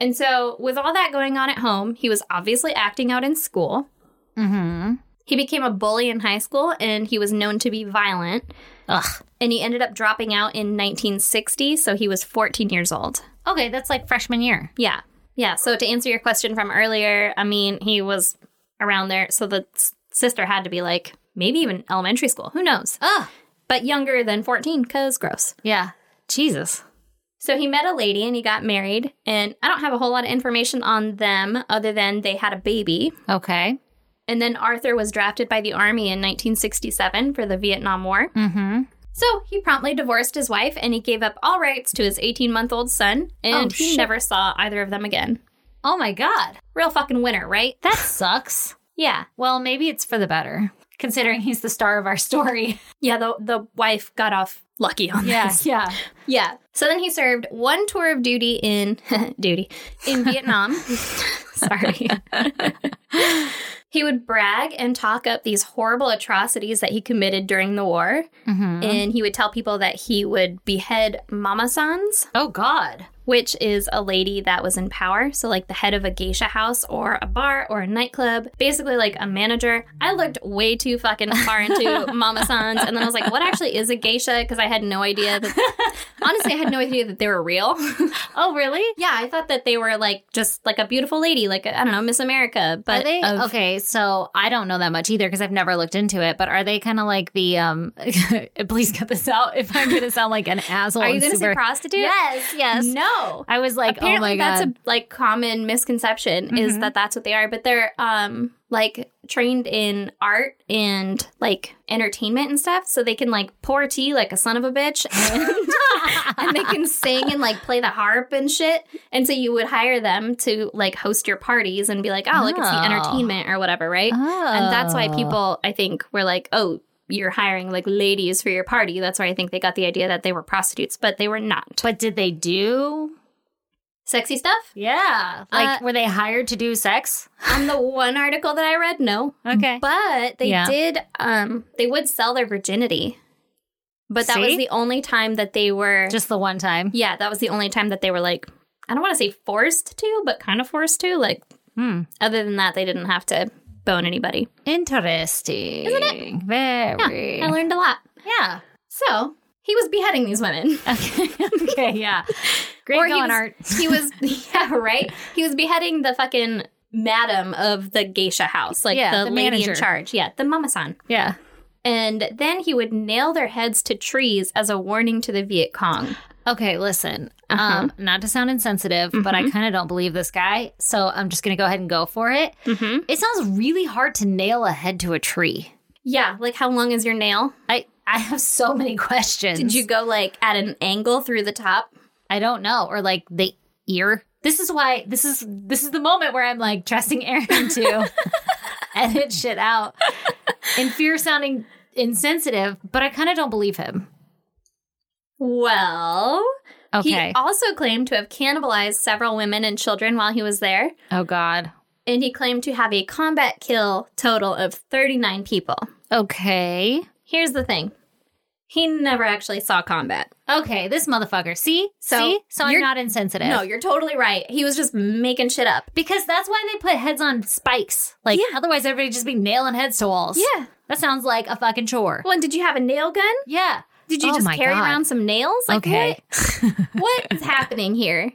And so, with all that going on at home, he was obviously acting out in school.
Mm-hmm.
He became a bully in high school and he was known to be violent.
Ugh.
And he ended up dropping out in 1960, so he was 14 years old.
Okay, that's like freshman year.
Yeah. Yeah. So, to answer your question from earlier, I mean, he was around there. So, the s- sister had to be like maybe even elementary school. Who knows?
Ugh.
But younger than 14, because gross.
Yeah. Jesus.
So he met a lady and he got married. And I don't have a whole lot of information on them other than they had a baby.
Okay.
And then Arthur was drafted by the Army in 1967 for the Vietnam War.
Mm-hmm.
So he promptly divorced his wife and he gave up all rights to his 18 month old son. And
Oh,
he
shit.
never saw either of them again.
Oh my God.
Real fucking winner, right?
That sucks.
Yeah.
Well, maybe it's for the better, considering he's the star of our story.
Yeah, the, the wife got off lucky on this.
yeah.
Yeah. So then he served one tour of duty in duty in Vietnam. Sorry. he would brag and talk up these horrible atrocities that he committed during the war,
Mm-hmm.
and he would tell people that he would behead mama sans,
Oh God.
which is a lady that was in power, so like the head of a geisha house or a bar or a nightclub, basically like a manager. I looked way too fucking far into mama sans, and then I was like, what actually is a geisha? Because I had no idea that. Honestly, I had no idea that they were real.
Oh really?
Yeah, I thought that they were like just like a beautiful lady, like I I don't know, Miss America. But
are they
of-
okay? So I don't know that much either because I've never looked into it. But are they kind of like the um? please cut this out if I'm going to sound like an asshole.
are you
and
going to say
super-
prostitute?
Yes, yes.
No.
I was like,
Apparently,
oh my
that's
god. Mm-hmm.
a like common misconception is that that's what they are, but they're um like trained in art and like entertainment and stuff, so they can like pour tea like a son of a bitch, and, and they can sing and like play the harp and shit. And so you would hire them to like host your parties and be like, oh, like it's the
Oh.
entertainment or whatever, right? And that's why people, I think, were like, oh, you're hiring like ladies for your party. That's why I think they got the idea that they were prostitutes, but they were not.
But did they do?
Sexy stuff?
Yeah, like
Uh,
were they hired to do sex?
On the one article that I read, no.
Okay.
But they
Yeah.
did, um, they would sell their virginity. But that was
See?
the only time that they were,
Just the one time.
yeah, that was the only time that they were like, I don't want to say forced to, but kind of forced to. Like,
Hmm.
other than that, they didn't have to bone anybody.
Interesting. Isn't it? Very.
I learned a lot.
Yeah.
So he was beheading these women.
Okay. okay. Yeah. Great
Or he
going,
was-
Art.
he was yeah right he was beheading the fucking madam of the geisha house like
Yeah,
the,
the
lady
manager.
in charge yeah the mama-san
Yeah.
and then he would nail their heads to trees as a warning to the viet cong
Okay, listen.
Uh-huh. Mm-hmm.
Um, not to sound insensitive, but I kind of don't believe this guy, so I'm just gonna go ahead and go for it.
mm-hmm.
It sounds really hard to nail a head to a tree.
yeah like how long is your nail
I I have so many questions.
did you go like at an angle through the top
I don't know, or like the ear. This is why this is this is the moment where I'm like trusting Aaron to edit shit out in fear of sounding insensitive, but I kind of don't believe him.
well
Okay.
he also claimed to have cannibalized several women and children while he was there
oh God.
and he claimed to have a combat kill total of 39 people
Okay.
here's the thing he never actually saw combat
Okay, this motherfucker. See?
So,
See? So I'm
you're-
not insensitive.
No, you're totally right. He was just making shit up.
Because that's why they put heads on spikes. Like,
Yeah.
otherwise, everybody just be nailing heads to walls. That sounds like a fucking chore.
Well, and did you have a nail gun?
Yeah.
Did you
Oh
just
my
carry
God.
around some nails? Like
okay.
what? What is happening here?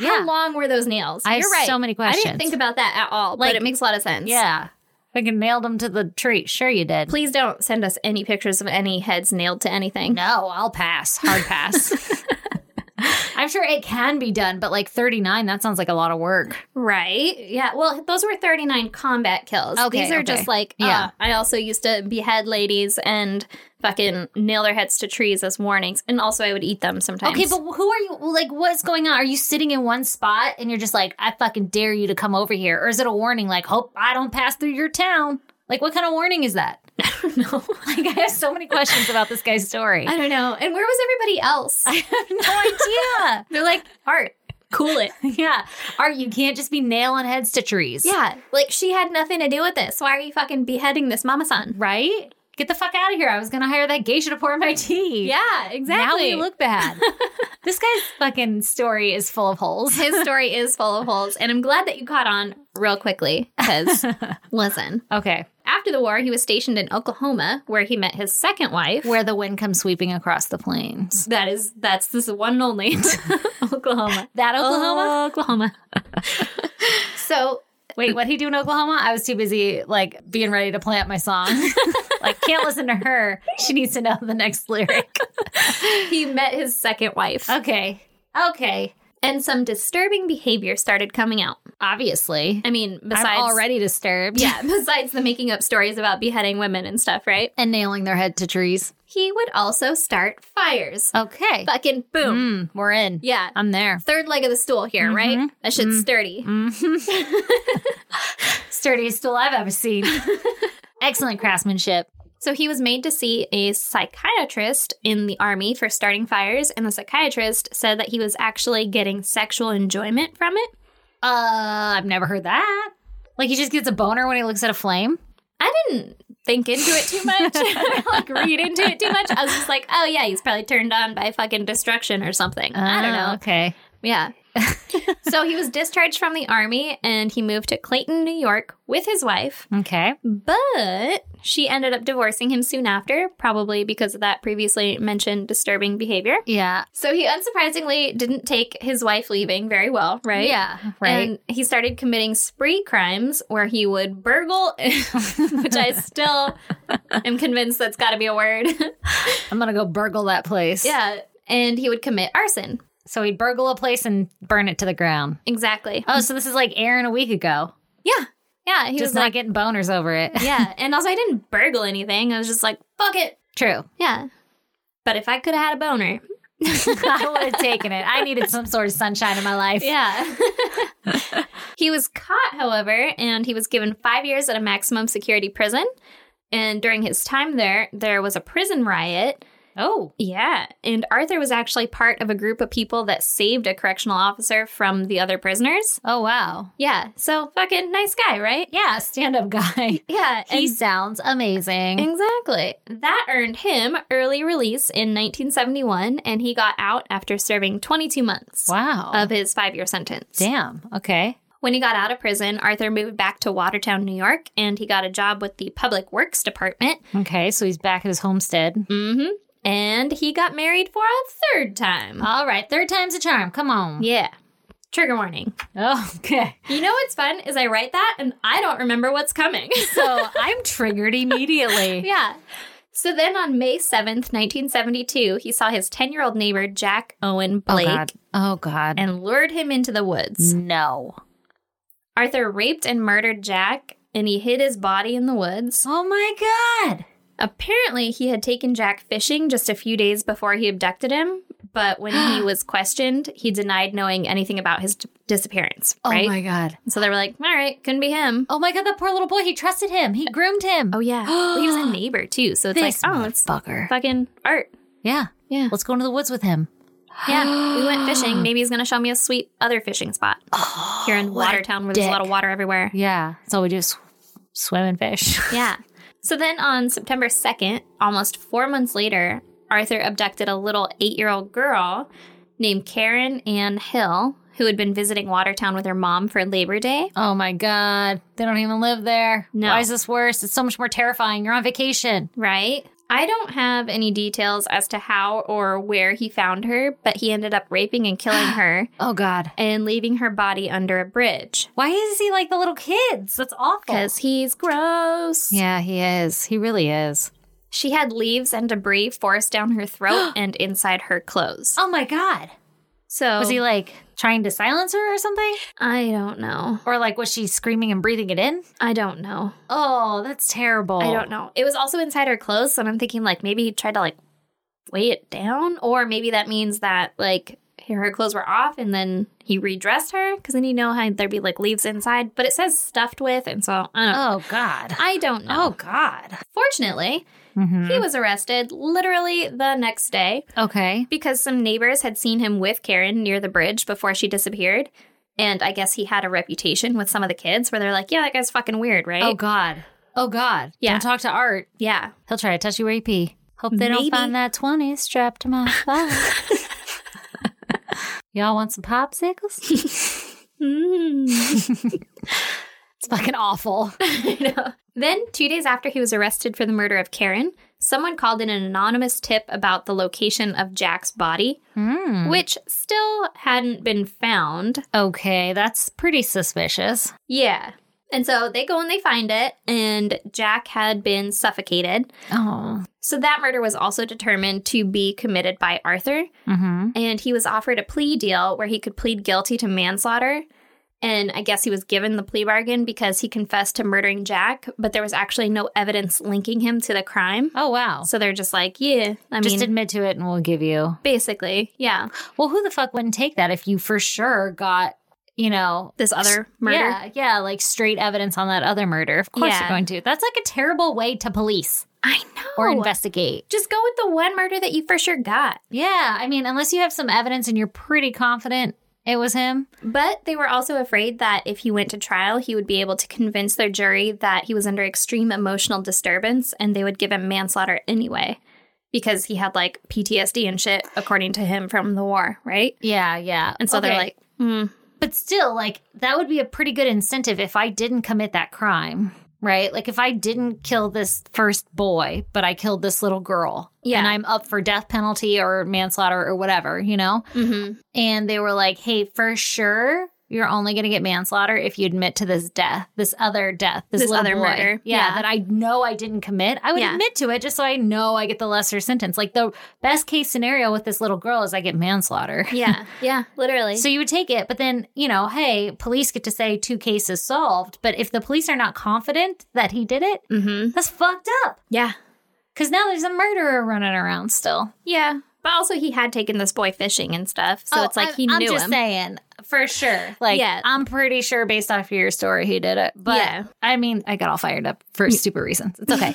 Yeah.
How long were those nails?
I have
you're right.
so many
I
questions.
didn't think about that at all,
Like-
but it makes a lot of sense.
Yeah. Fucking nailed them to the tree. Sure, you did.
Please don't send us any pictures of any heads nailed to anything.
No, I'll pass. Hard pass. I'm sure it can be done, but like 39, that sounds like a lot of work.
Right? Yeah. Well, those were 39 combat kills.
Okay,
These are
okay.
just like,
Yeah.
yeah. I also used to behead ladies and fucking nail their heads to trees as warnings. And also, I would eat them sometimes.
Okay, but who are you? Like, what's going on? Are you sitting in one spot and you're just like, I fucking dare you to come over here? Or is it a warning, like, hope I don't pass through your town? Like, what kind of warning is that?
I don't know.
Like, I have so many questions about this guy's story.
I don't know. And where was everybody else?
I have no idea. They're like, art.
Cool it.
Yeah. Art, you can't just be nailing heads to trees.
Yeah, like she had nothing to do with this. Why are you fucking beheading this mama san?
Right? Get the fuck out of here. I was going to hire that geisha to pour my tea.
Yeah, exactly.
Now we look bad. this guy's fucking story is full of holes.
His story is full of holes, and I'm glad that you caught on real quickly. Because listen,
Okay.
after the war, he was stationed in Oklahoma, where he met his second wife.
Where the wind comes sweeping across the plains.
that is, that's this one and only Oklahoma.
That Oklahoma? Oh.
Oklahoma, Oklahoma. so
Wait, what he do in Oklahoma? I was too busy like being ready to plant my song. like can't listen to her. She needs to know the next lyric.
he met his second wife,
Okay. Okay.
and some disturbing behavior started coming out.
Obviously.
I mean, besides
I'm already disturbed.
yeah, besides the making up stories about beheading women and stuff, right?
And nailing their head to trees.
he would also start fires.
Okay.
Fucking boom.
Oh. Mm, we're in.
Yeah.
I'm there.
Third leg of the stool here, right? That shit's sturdy.
Mm-hmm. Sturdiest stool I've ever seen. Excellent craftsmanship.
So he was made to see a psychiatrist in the army for starting fires, and the psychiatrist said that he was actually getting sexual enjoyment from it.
Uh, I've never heard that. Like he just gets a boner when he looks at a flame.
I didn't think into it too much, or, like read into it too much. I was just like, oh yeah, he's probably turned on by fucking destruction or something. I don't
Oh,
know.
Okay.
Yeah. so he was discharged from the army and he moved to Clayton, New York with his wife.
Okay.
But she ended up divorcing him soon after, probably because of that previously mentioned disturbing behavior.
Yeah.
So he unsurprisingly didn't take his wife leaving very well, right?
Yeah. Right.
And he started committing spree crimes where he would burgle, which I still am convinced that's got to be a word.
I'm gonna go burgle that place.
yeah. And he would commit arson.
So he'd burgle a place and burn it to the ground.
Exactly.
Oh, so this is like Aaron a week ago.
Yeah. Yeah. He
He just
was
not
like,
getting boners over it.
yeah. And also, I didn't burgle anything. I was just like, fuck it.
True.
Yeah. But if I could have had a boner,
I would have taken it. I needed some sort of sunshine in my life.
Yeah. he was caught, however, and he was given five years at a maximum security prison. And during his time there, there was a prison riot.
Oh.
Yeah. And Arthur was actually part of a group of people that saved a correctional officer from the other prisoners.
Oh wow.
Yeah. So fucking nice guy, right?
Yeah, stand up guy.
Yeah. and-
He sounds amazing.
Exactly. That earned him early release in 1971, and he got out after serving 22 months
wow.
of his five year sentence.
Damn. Okay.
When he got out of prison, Arthur moved back to Watertown, New York, and he got a job with the Public Works Department.
Okay. So he's back at his homestead.
Mm-hmm. And he got married for a third time.
All right. Third time's a charm. Come on.
yeah. Trigger warning.
Oh, okay.
You know what's fun is I write that and I don't remember what's coming.
So I'm triggered immediately.
yeah. So then on May 7th, 1972, he saw his 10 year old neighbor, Jack Owen Blake,
Oh God. Mm. Oh God.
and lured him into the woods.
no.
Arthur raped and murdered Jack, and he hid his body in the woods.
Oh my God.
Apparently, he had taken Jack fishing just a few days before he abducted him, but when he was questioned, he denied knowing anything about his d- disappearance,
Oh
right?
my God.
So they were like, all right, couldn't be him.
Oh my God. That poor little boy. He trusted him. He groomed him.
Oh, yeah. Well, he was a neighbor, too. So it's
This
like, oh, it's
fucker.
fucking art.
Yeah.
Yeah.
Let's go into the woods with him.
Yeah. we went fishing. Maybe he's going to show me a sweet other fishing spot here in Watertown where there's a
Oh, dick.
lot of water everywhere.
Yeah. That's all we do is sw- swim and fish.
Yeah. So then on September 2nd, almost four months later, Arthur abducted a little eight year old girl named Karen Ann Hill, who had been visiting Watertown with her mom for Labor Day.
Oh my God. They don't even live there.
No.
Why is this worse? It's so much more terrifying. You're on vacation.
Right? I don't have any details as to how or where he found her, but he ended up raping and killing her
Oh God.
and leaving her body under a bridge
Why is he like the little kids? That's awful.
because he's gross.
Oh. Yeah, he is. He really is.
She had leaves and debris forced down her throat and inside her clothes.
Oh my God. Oh.
So
Was he like trying to silence her or something?
I don't know.
Or like was she screaming and breathing it in?
I don't know.
Oh, that's terrible.
I don't know. It was also inside her clothes, so I'm thinking like maybe he tried to like weigh it down, or maybe that means that like her clothes were off, and then he redressed her because then you know how there'd be like leaves inside, but it says stuffed with, and so I don't.
Oh God.
I don't know.
Oh Mm-hmm. God.
Fortunately, he was arrested literally the next day
Okay.
because some neighbors had seen him with Karen near the bridge before she disappeared. And I guess he had a reputation with some of the kids where they're like, yeah, that guy's fucking weird, right?
Oh God. Oh God.
Yeah.
Don't talk to Art.
yeah.
He'll try to touch you where you pee. Hope they
Maybe.
don't find that twenty strapped to my thigh. Y'all want some popsicles? Mm. It's fucking awful.
I know. Then, two days after he was arrested for the murder of Karen, someone called in an anonymous tip about the location of Jack's body,
Hmm.
which still hadn't been found.
Okay, that's pretty suspicious.
Yeah. And so they go and they find it, and Jack had been suffocated.
Oh.
So that murder was also determined to be committed by Arthur,
Mm-hmm.
and he was offered a plea deal where he could plead guilty to manslaughter. And I guess he was given the plea bargain because he confessed to murdering Jack, but there was actually no evidence linking him to the crime.
Oh wow.
So they're just like, yeah, I
Just
mean,
admit to it and we'll give you.
basically, yeah,
Well, who the fuck wouldn't take that if you for sure got, you know,
this other murder.
Yeah, yeah, like straight evidence on that other murder. Of course
Yeah.
you're going to. That's like a terrible way to police
I know.
or investigate.
Just go with the one murder that you for sure got.
Yeah, I mean, unless you have some evidence and you're pretty confident it was him.
But they were also afraid that if he went to trial, he would be able to convince their jury that he was under extreme emotional disturbance and they would give him manslaughter anyway because he had like PTSD and shit, according to him, from the war, right?
Yeah, yeah.
And so they're
Okay.
like, mm,
but still, like that would be a pretty good incentive if I didn't commit that crime, right? Like if I didn't kill this first boy, but I killed this little girl,
Yeah.
and I'm up for death penalty or manslaughter or whatever, you know.
mhm.
and they were like, "Hey, for sure, you're only going to get manslaughter if you admit to this death, this other death, this,
This
little
other
boy.
murder.
Yeah,
Yeah.
that I know I didn't commit. I would
Yeah.
admit to it just so I know I get the lesser sentence. Like the best case scenario with this little girl is I get manslaughter.
yeah, yeah, literally.
So you would take it, but then, you know, hey, police get to say two cases solved. But if the police are not confident that he did it,
Mhm.
that's fucked up.
yeah,
Because now there's a murderer running around still.
yeah. But also, he had taken this boy fishing and stuff. So
Oh,
it's like
I'm-
he
I'm
knew
just
him.
saying, for sure. Like,
Yeah.
I'm pretty sure based off your story, he did it. But
Yeah.
I mean, I got all fired up for stupid reasons. It's okay.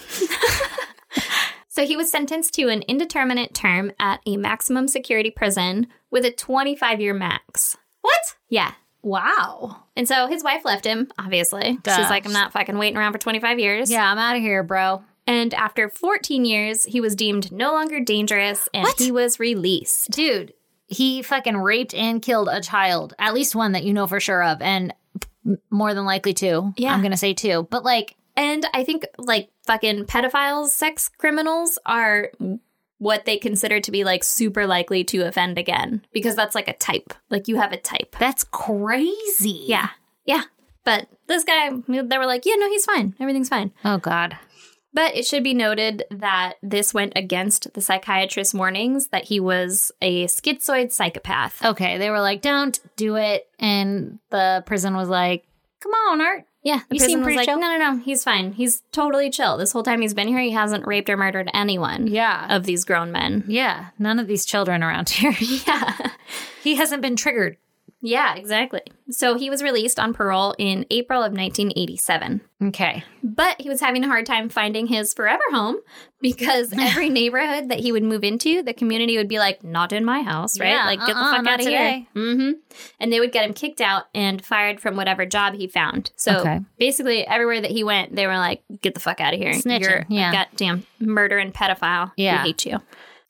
So he was sentenced to an indeterminate term at a maximum security prison with a 25 year max.
what?
Yeah.
Wow.
And so his wife left him, obviously. She's
Duh.
like, I'm not fucking waiting around for 25 years.
Yeah, I'm out of here, bro.
And after 14 years, he was deemed no longer dangerous and
What?
he was released.
Dude, he fucking raped and killed a child, at least one that you know for sure of, and m- more than likely two.
Yeah.
I'm going to say two. But like,
And I think, like, fucking pedophiles, sex criminals are what they consider to be, like, super likely to offend again because that's like a type. Like, you have a type.
that's crazy.
Yeah. Yeah. But this guy, they were like, yeah, no, he's fine. Everything's fine.
Oh, God.
But it should be noted that this went against the psychiatrist's warnings that he was a schizoid psychopath.
Okay. They were like, don't do it. And the prison was like, come on, Art.
Yeah, the
You
prison
seem
was
pretty
like,
chill.
no, no, no, he's fine. He's totally chill. This whole time he's been here, he hasn't raped or murdered anyone
Yeah.
of these grown men.
Uh, Yeah, none of these children around here.
Yeah.
he hasn't been triggered.
Yeah, exactly. So he was released on parole in April of 1987.
Okay.
But he was having a hard time finding his forever home because every neighborhood that he would move into, the community would be like, not in my house, right?
Yeah,
like, get
uh-uh,
the fuck
not
out of
today.
here. Mm-hmm. And they would get him kicked out and fired from whatever job he found. So
Okay.
basically, everywhere that he went, they were like, get the fuck out of here.
Snitching,
You're
yeah.
a goddamn murder and pedophile.
Yeah.
We hate you.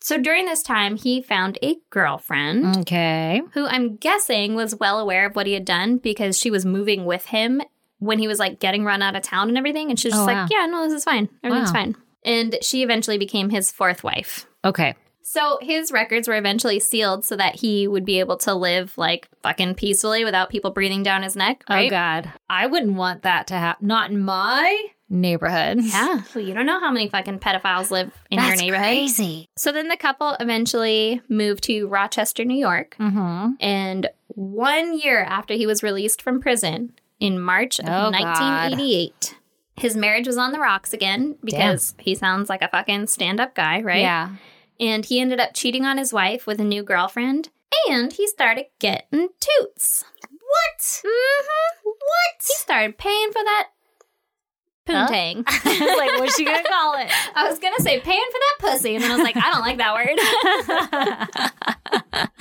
So during this time, he found a
Mm-hmm.
girlfriend
Okay.
who I'm guessing was well aware of what he had done because she was moving with him when he was like getting run out of town and everything. And she was just
Oh,
like,
wow.
yeah, no, this is fine. Everything's
Wow.
fine. And she eventually became his fourth wife.
Okay.
So his records were eventually sealed so that he would be able to live like fucking peacefully without people breathing down his neck. Right?
Oh God, I wouldn't want that to happen. Not in my neighborhood.
Yeah. Well, you don't know how many fucking pedophiles live in your
That's
neighborhood.
crazy.
So then the couple eventually moved to Rochester, New York.
Mm-hmm.
And one year after he was released from prison in March of
Oh, God.
1988, his marriage was on the rocks again because he sounds like a fucking stand up guy, right?
Yeah.
And he ended up cheating on his wife with a new girlfriend and he started getting toots.
What?
Mm-hmm.
What?
He started paying for that poontang.
like, what's she gonna call it?
I was gonna say paying for that pussy, and then I was like, I don't like that word.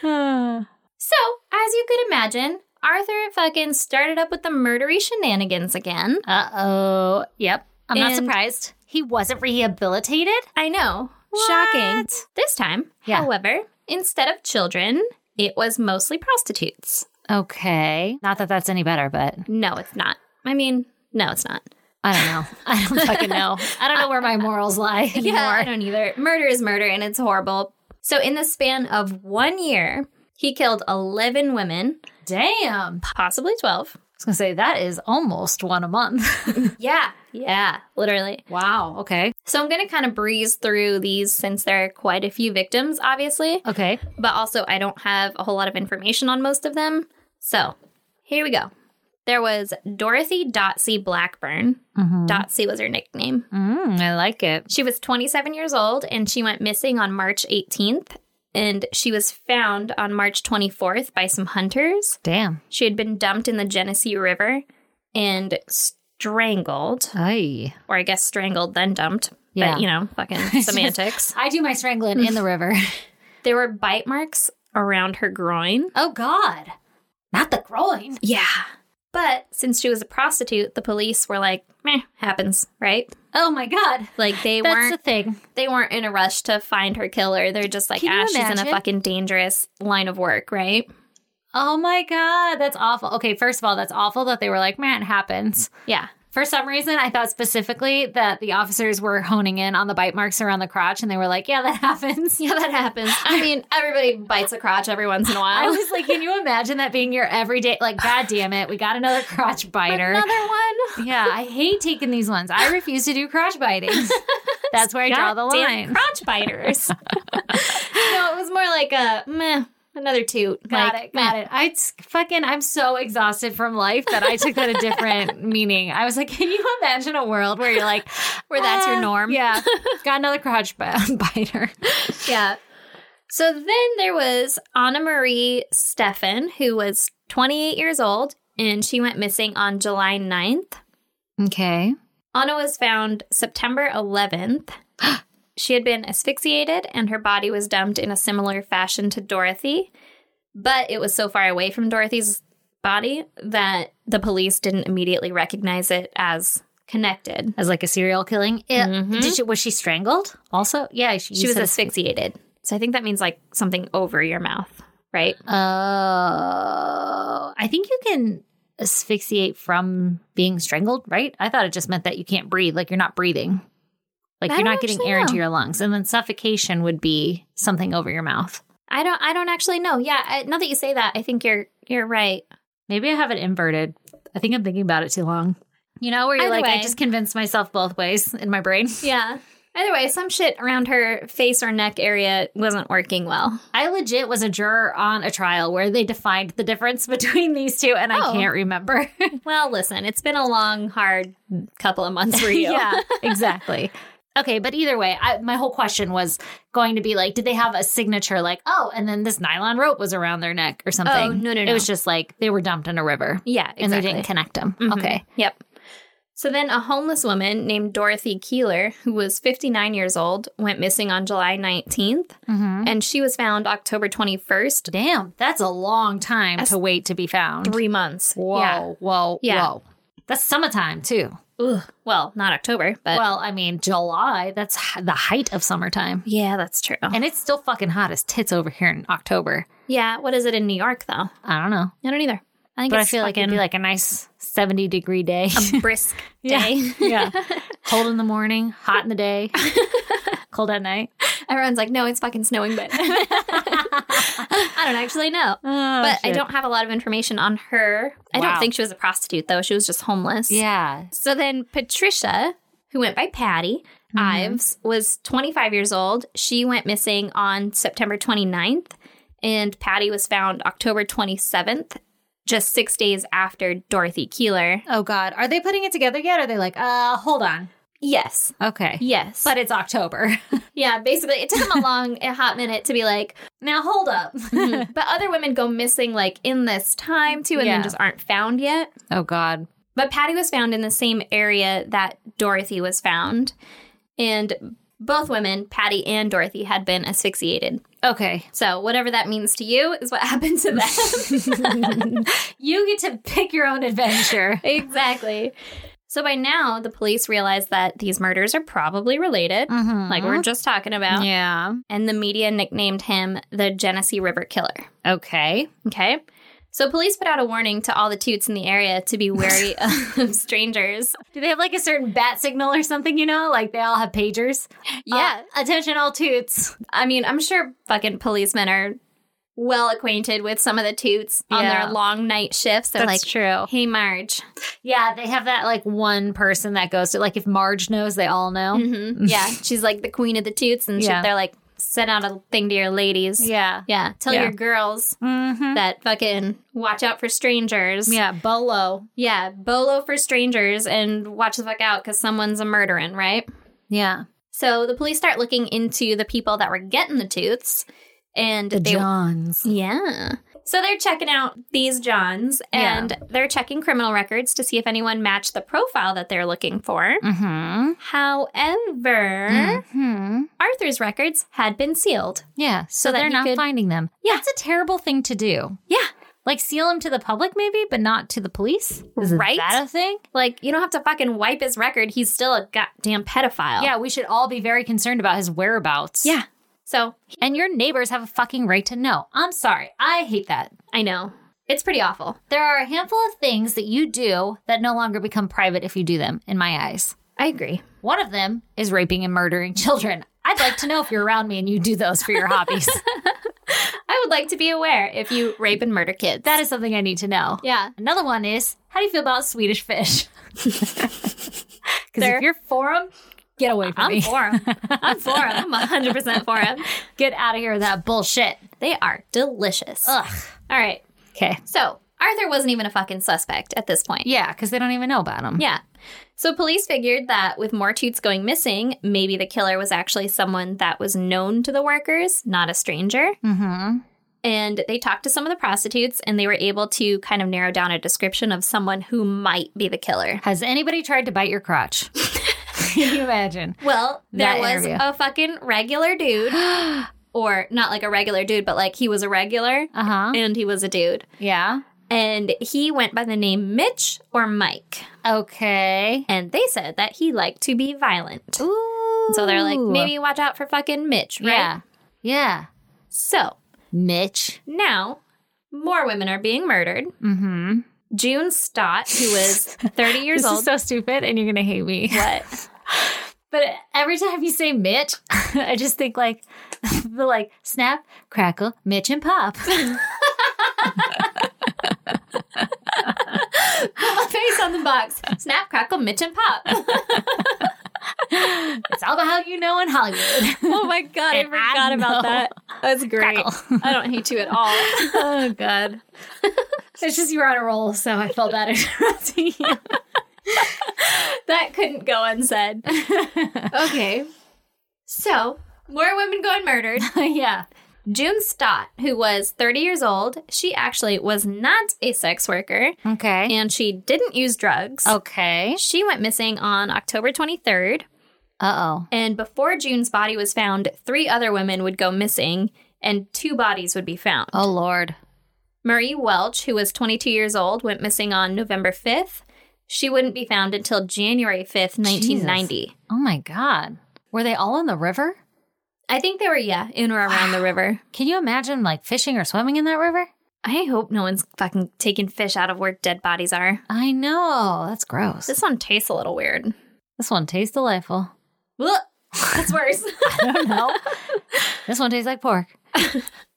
so, as you could imagine, Arthur fucking started up with the murdery shenanigans again.
uh oh. Yep. I'm not
And-
surprised. He wasn't rehabilitated.
I know, shocking. This time,
Yeah.
however, instead of children, it was mostly prostitutes.
Okay. Not that that's any better, but
No, it's not. I mean, no, it's not.
I don't know. I don't fucking know. I don't know where my morals lie anymore.
Yeah, I don't either. Murder is murder and it's horrible. So, in the span of one year, he killed 11 women,
Damn. I
possibly 12.
was gonna say that is almost one a month.
Yeah, yeah, literally.
wow. Okay.
So, I'm going to kind of breeze through these since there are quite a few victims, obviously,
Okay.
but also I don't have a whole lot of information on most of them. So, here we go. There was Dorothy Dotsy Blackburn. Dotsy was her nickname.
Mm, I like it.
She was 27 years old and she went missing on March 18th. And she was found on March 24th by some hunters.
Damn.
She had been dumped in the Genesee River and strangled,
Aye.
or I guess strangled then dumped.
Yeah.
But you know, fucking semantics.
I do my strangling in the river.
There were bite marks around her groin.
Oh God. Not the groin.
Yeah. But since she was a prostitute, the police were like, meh, happens, right?
Oh my God.
Like they
That's
weren't
the thing.
they weren't in a rush to find her killer. They're just like,
Can you
ah, she's in a
imagine?
fucking dangerous line of work, right?
Oh my God. That's awful. Okay, first of all, that's awful that they were like, man, it happens.
Yeah.
For some reason, I thought specifically that the officers were honing in on the bite marks around the crotch and they were like, yeah, that happens.
Yeah, that happens. I mean, everybody bites a crotch every once in a
I
while.
was like, can you imagine that being your everyday? Like, God damn it, we got another crotch biter.
Another one.
yeah, I hate taking these ones. I refuse to do crotch biting. That's where I draw the
Goddamn
line.
crotch biters. no, it was more like a meh, another toot.
Got
like,
it. Got it. I t- fucking, I'm so exhausted from life that I took that a different meaning. I was like, can you imagine a world where you're like,
Where that's your
"Uh,
norm."
Yeah. Got another crotch b- biter.
Yeah. So then there was Anna Marie Stefan, who was 28 years old, and she went missing on July 9th.
Okay.
Anna was found September 11th. she had been asphyxiated and her body was dumped in a similar fashion to Dorothy, but it was so far away from Dorothy's body that the police didn't immediately recognize it as connected.
As like a serial killing. Yeah.
Mhm.
Did she, was she strangled? Also, yeah. She,
She was asphyxiated. So I think that means like something over your mouth, right?
Oh, I think you can asphyxiate from being strangled, right? I thought it just meant that you can't breathe, like you're not breathing. Like
I
you're
don't
not getting
actually
air into
know.
your lungs. And then suffocation would be something over your mouth.
I don't I don't actually know. Yeah, I, now that you say that, I think you're you're right.
Maybe I have it inverted. I think I'm thinking about it too long. You know, where you're
Either
like, I
way.
just convinced myself both ways in my brain.
Yeah. Either way, some shit around her face or neck area wasn't working well.
I legit was a juror on a trial where they defined the difference between these two, and I
Oh.
can't remember.
Well, listen, it's been a long, hard couple of months for you.
yeah, exactly. Okay, but either way, I, my whole question was going to be like, did they have a signature? Like, oh, and then this nylon rope was around their neck or something.
Oh, no, no,
It
no.
was just like they were dumped in a river
Yeah,
and they didn't connect them.
Mhm.
Okay.
Yep. So then a homeless woman named Dorothy Keeler, who was 59 years old, went missing on July 19th,
Mm-hmm.
and she was found October 21st,
Damn, that's a long time to wait to be found.
three months.
Whoa,
Yeah.
whoa,
Yeah.
whoa. That's summertime too.
Ugh. Well, not October, but.
well, I mean, July, that's h- the height of summertime.
yeah, that's true.
And it's still fucking hot as tits over here in October.
yeah, what is it in New York, though?
I don't know.
I don't either. I think
But I
it's
feel like it'd
fucking
be like a nice 70 degree day.
a brisk day.
yeah. Cold in the morning, hot in the day, cold at night.
Everyone's like, no, it's fucking snowing, but I don't actually know.
Oh,
but I don't have a lot of information on her. I
Wow.
don't think she was a prostitute though. She was just homeless.
Yeah.
So then Patricia, who went by Patty Ives, was 25 years old. She went missing on September 29th, and Patty was found October 27th, just six days after Dorothy Keeler.
Oh God, are they putting it together yet? Are they like, uh, hold on?
Yes.
Okay.
Yes.
But it's October.
Yeah, basically, it took him a long, a hot minute to be like, now hold up.
Mm-hmm.
but other women go missing like in this time too, and
Hmm. Yeah.
then just aren't found yet.
Oh God.
But Patty was found in the same area that Dorothy was found, and both women, Patty and Dorothy, had been asphyxiated.
Okay.
So whatever that means to you is what happened to them.
You get to pick your own adventure.
exactly. So by now, the police realize that these murders are probably related, like we we're just talking about.
Mm-hmm. Yeah.
and the media nicknamed him the Genesee River Killer.
Okay.
Okay. So police put out a warning to all the toots in the area to be wary of strangers.
Do they have like a certain bat signal or something? You know, like they all have pagers.
Yeah.
Uh, attention, all toots.
I mean, I'm sure fucking policemen are well acquainted with some of the toots on
Yeah.
their long night shifts. They're
That's
like,
true.
hey, Marge.
Yeah, they have that like one person that goes to like if Marge knows, they all know.
hmm Yeah. She's like the queen of the toots. And she-
Oh. Yeah.
they're like, send out a thing to your ladies.
Yeah.
Yeah. Tell
Yeah.
your girls
Mm-hmm.
that fucking watch out for strangers.
Yeah, Bolo.
Yeah, bolo for strangers and watch the fuck out because someone's a murderin', right?
Yeah.
So the police start looking into the people that were getting the tooths, and
The
they
Johns.
yeah. So they're checking out these Johns and they're checking criminal records to see if anyone matched the profile that they're looking for.
Mm-hmm.
However,
hmm
Arthur's records had been sealed.
Yeah. So,
So that
they're
he
not
could-
finding them. Yeah. That's a terrible thing to do.
Yeah,
Like seal them to the public, maybe, but not to the police. Is
Right?
that a thing?
like you don't have to fucking wipe his record. He's still a goddamn pedophile.
Yeah, we should all be very concerned about his whereabouts.
yeah. So
And your neighbors have a fucking right to know. I'm sorry. I hate that.
I know it's pretty awful.
There are a handful of things that you do that no longer become private if you do them, in my eyes.
I agree.
One of them is raping and murdering children. I'd like to know if you're around me and you do those for your hobbies.
I would like to be aware if you rape and murder kids.
that is something I need to know.
yeah.
Another one is how do you feel about Swedish fish? Because
They're-
if you're for 'em, get away from
I'm
me.
for 'em. I'm for 'em. I'm 100% for 'em.
Get out of here with that bullshit.
They are delicious.
Ugh.
All right.
Okay.
So Arthur wasn't even a fucking suspect at this point.
Yeah, because they don't even know about them.
Yeah. So police figured that with more toots going missing, maybe the killer was actually someone that was known to the workers, not a stranger.
Mm-hmm.
And they talked to some of the prostitutes and they were able to kind of narrow down a description of someone who might be the killer.
Has anybody tried to bite your crotch? Can you imagine?
Well, there
That
was
interview.
a fucking regular dude, or not like a regular dude, but like he was a regular
Uh huh.
and he was a dude.
Yeah.
And he went by the name Mitch or Mike.
Okay.
And they said that he liked to be violent.
Ooh.
So they're like, maybe watch out for fucking Mitch, right?
Yeah. Yeah.
So
Mitch.
now more women are being murdered.
Mm-hmm.
June Stott, who was 30 years
This
old.
is so stupid, and you're gonna hate me.
what?
But every time you say Mitch, I just think like the like snap, crackle, Mitch and Pop.
Face on the box. Snap, crackle, Mitch, and pop.
It's all about how you know in Hollywood.
Oh my god, I
And I
forgot about
know.
that. That's great. I don't hate you at all.
oh God. It's just you were on a roll, so I felt bad interrupting you.
That couldn't go unsaid. okay. So, more women going murdered.
yeah.
June Stott, who was 30 years old, she actually was not a sex worker
Okay.
and she didn't use drugs.
Okay.
She went missing on October 23rd,
Uh oh.
and before June's body was found, three other women would go missing and two bodies would be found.
Oh Lord.
Marie Welch, who was 22 years old, went missing on November 5th. She wouldn't be found until January 5th, 1990.
Oh my God. Were they all in the river?
I think they were, yeah, in or around the river.
Can you imagine like fishing or swimming in that river?
I hope no one's fucking taking fish out of where dead bodies are.
I know. That's gross.
This one tastes a little weird.
This one tastes delightful.
Ugh, that's worse.
I don't know. this one tastes like pork.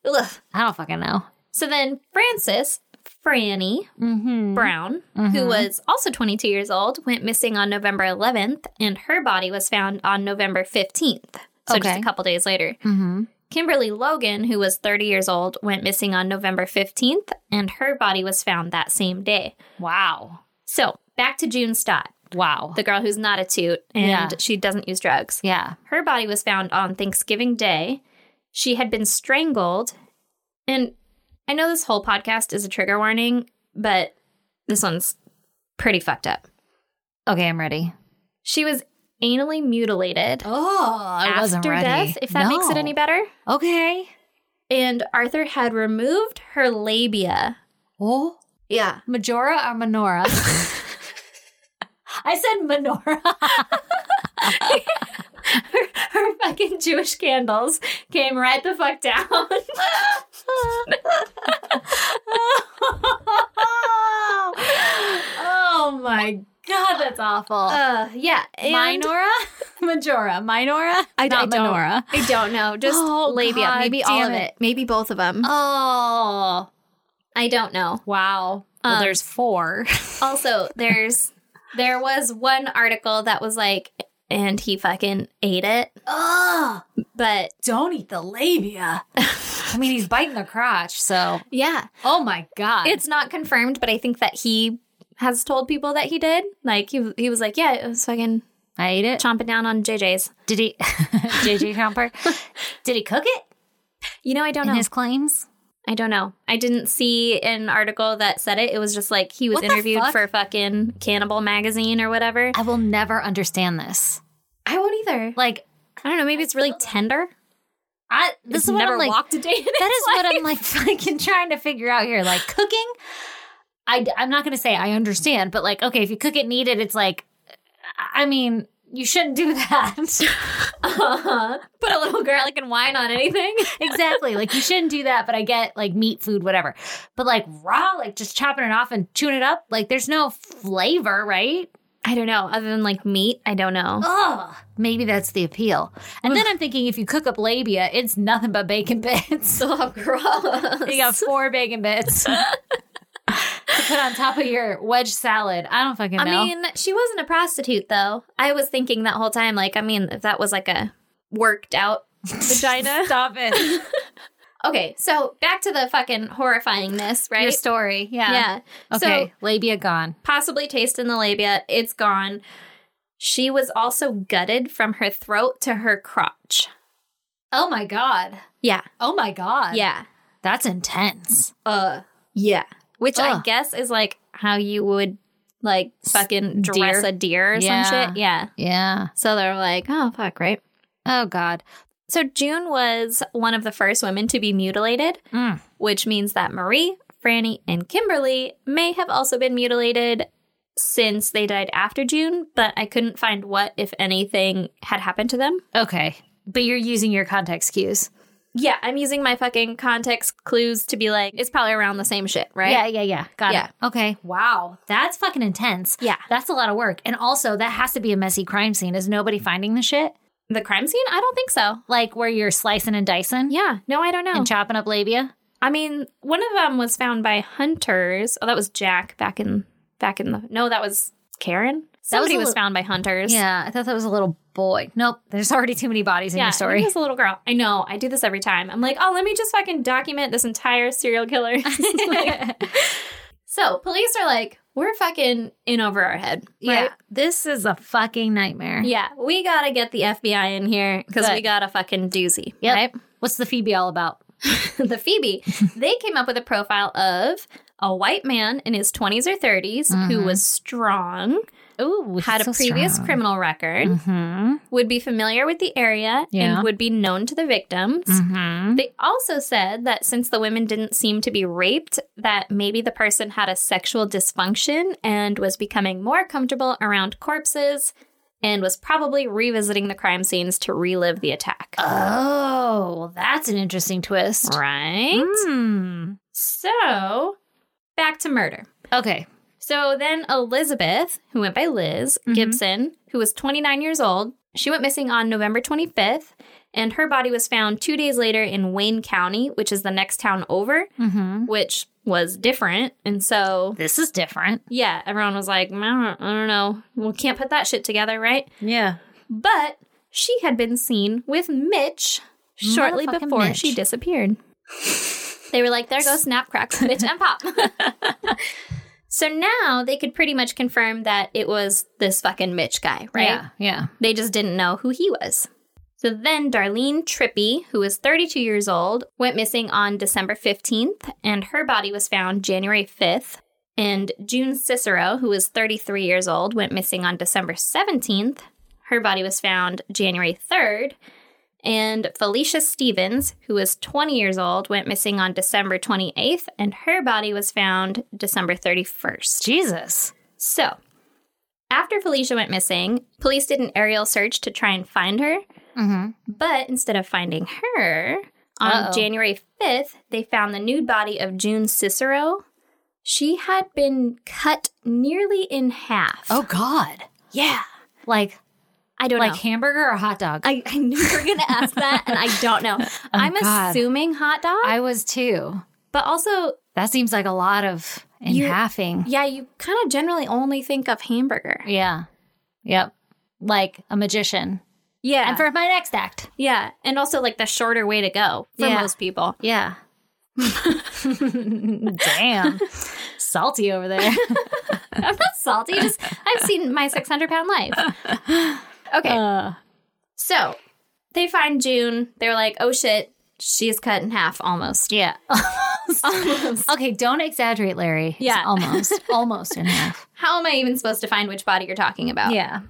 Ugh.
I don't fucking know.
so then Frances, Franny
Mm-hmm.
Brown, who was also 22 years old, went missing on November 11th, and her body was found on November 15th. So just
Okay.
a couple days later.
Mm-hmm.
Kimberly Logan, who was 30 years old, went missing on November 15th, and her body was found that same day.
Wow.
So, back to June Stott.
Wow.
the girl who's not a toot and
Yeah.
she doesn't use drugs.
yeah.
Her body was found on Thanksgiving Day. She had been strangled. And I know this whole podcast is a trigger warning, but this one's pretty fucked up.
Okay, I'm ready.
She was anally mutilated
Oh, I
after death, if that makes it any better.
Okay.
And Arthur had removed her labia.
Oh,
Yeah.
Majora or Minora? I said Minora.
Her, her fucking Jewish candles came right the fuck down.
oh my god, that's awful.
uh, yeah. and-
Minora? Majora. Minora?
I,
Not
I don't.
Minora.
I don't know. Just
Oh,
labia.
God
Maybe all of
damn
it.
it.
Maybe both of them.
Oh.
I don't know.
Wow. Well,
Um,
there's four.
Also, there's there was one article that was like, and he fucking ate it.
Ugh.
But
Don't eat the labia. I mean, he's biting the crotch, so.
yeah,
Oh my god.
it's not confirmed. But I think that he has told people that he did. Like he he was like, yeah, it was fucking
I ate it.
chomping down on JJ's.
Did he, JJ Chomper, did he cook it
You know, I don't
in
know.
his claims?
I don't know. I didn't see an article that said it. It was just like he was
What the
interviewed
fuck?
for fucking Cannibal magazine or whatever.
I will never understand this.
I won't either.
Like,
I don't know. Maybe it's really tender.
I this
It's
is what
never
I'm like.
walked a day. In
that
its
is what I'm like fucking trying to figure out here. Like cooking, I am not gonna say I understand, but like okay, if you cook it and eat it, it's like, I mean, you shouldn't do that.
Uh-huh. Put a little garlic and wine on anything.
exactly. Like you shouldn't do that, but I get like meat food, whatever. But like raw, like just chopping it off and chewing it up, like there's no flavor, right?
I don't know. Other than like meat, I don't know.
Ugh. Maybe that's the appeal. And then I'm thinking if you cook up labia, it's nothing but bacon bits.
Oh, gross.
you got four bacon bits to put on top of your wedge salad. I don't fucking know.
I mean, she wasn't a prostitute though. I was thinking that whole time, like, I mean, if that was like a worked out vagina.
Stop it.
Okay, so back to the fucking horrifyingness, right?
Your story. Yeah.
yeah.
Okay.
So
labia gone.
possibly taste in the labia, it's gone. She was also gutted from her throat to her crotch.
Oh my God.
Yeah.
Oh my God.
Yeah.
That's intense.
Uh, yeah. Which I
Ugh.
guess is like how you would like fucking dress
deer.
a deer or
Yeah.
some shit. Yeah.
Yeah.
So they're like, oh, fuck, right?
Oh God.
So June was one of the first women to be mutilated,
Mm.
which means that Marie, Franny, and Kimberly may have also been mutilated since they died after June, but I couldn't find what, if anything, had happened to them.
Okay. But you're using your context cues.
Yeah, I'm using my fucking context clues to be like, it's probably around the same shit, right?
Yeah, yeah, yeah. Got
Yeah.
it. Okay. Wow. That's fucking intense.
Yeah.
That's a lot of work. And also, that has to be a messy crime scene. Is nobody finding the shit?
The crime scene? I don't think so.
Like where you're slicing and dicing
Yeah, no, I don't know.
and chopping up labia?
I mean, one of them was found by hunters. Oh, that was Jack back in back in the no, that was Karen. Somebody
a
was,
li-
found by hunters.
Yeah. I thought that was a little boy. Nope. There's already too many bodies in
Yeah,
your story.
It was a little girl. I know. I do this every time. I'm like, oh, let me just fucking document this entire serial killer. so police are like, we're fucking in over our head.
Yeah.
Right?
This is a fucking nightmare.
Yeah. We gotta get the FBI in here because we
Good.
got a fucking doozy.
Yep.
Right?
What's the Phoebe all about?
the Phoebe, they came up with a profile of a white man in his 20s or 30s
Mm-hmm.
who was strong,
Ooh,
had a previous criminal record,
hmm
would be familiar with the area,
Yeah.
and would be known to the victims.
hmm
They also said that since the women didn't seem to be raped, that maybe the person had a sexual dysfunction and was becoming more comfortable around corpses and was probably revisiting the crime scenes to relive the attack.
Oh, that's an interesting twist.
Right?
Hmm.
So, back to murder.
Okay.
So then Elizabeth, who went by Liz
Mhm.
Gibson, who was 29 years old, she went missing on November 25th, and her body was found two days later in Wayne County, which is the next town over,
Mm-hmm.
which was different. And so,
This is different.
yeah, everyone was like, I don't, I don't know, we can't put that shit together, right?
Yeah.
But she had been seen with Mitch shortly
Motherfucking
before
Mitch.
she disappeared. they were like, there goes Snap, Crackle, Mitch, and Pop. So now they could pretty much confirm that it was this fucking Mitch guy, right?
Yeah. Yeah.
They just didn't know who he was. So then Darlene Trippy, who was 32 years old, went missing on December 15th, and her body was found January 5th. And June Cicero, who was 33 years old, went missing on December 17th. Her body was found January 3rd. And Felicia Stevens, who was 20 years old, went missing on December 28th, and her body was found December 31st.
Jesus.
So, after Felicia went missing, police did an aerial search to try and find her,
Mm-hmm.
but instead of finding her, on
Uh-oh.
January 5th, they found the nude body of June Cicero. She had been cut nearly in half.
Oh God.
yeah.
Like
I don't
like
know.
hamburger or hot dog?
I, I knew you were going to ask that, and I don't know. I'm
Oh, God.
assuming hot dog,
I was too.
but also,
That seems like a lot of in
You-
halving.
yeah, you kind of generally only think of hamburger.
Yeah. Yep. Like a magician.
Yeah.
And for my next act.
yeah. And also, like, the shorter way to go for
Yeah.
most people.
Yeah. Damn. Salty over there.
I'm not salty. Just I've seen my 600 pound life. Okay,
Uh,
so they find June. They're like, oh shit, she's cut in half almost.
yeah.
Almost.
okay, don't exaggerate, Larry. It's
Yeah.
almost. Almost in half.
How am I even supposed to find which body you're talking about?
Yeah.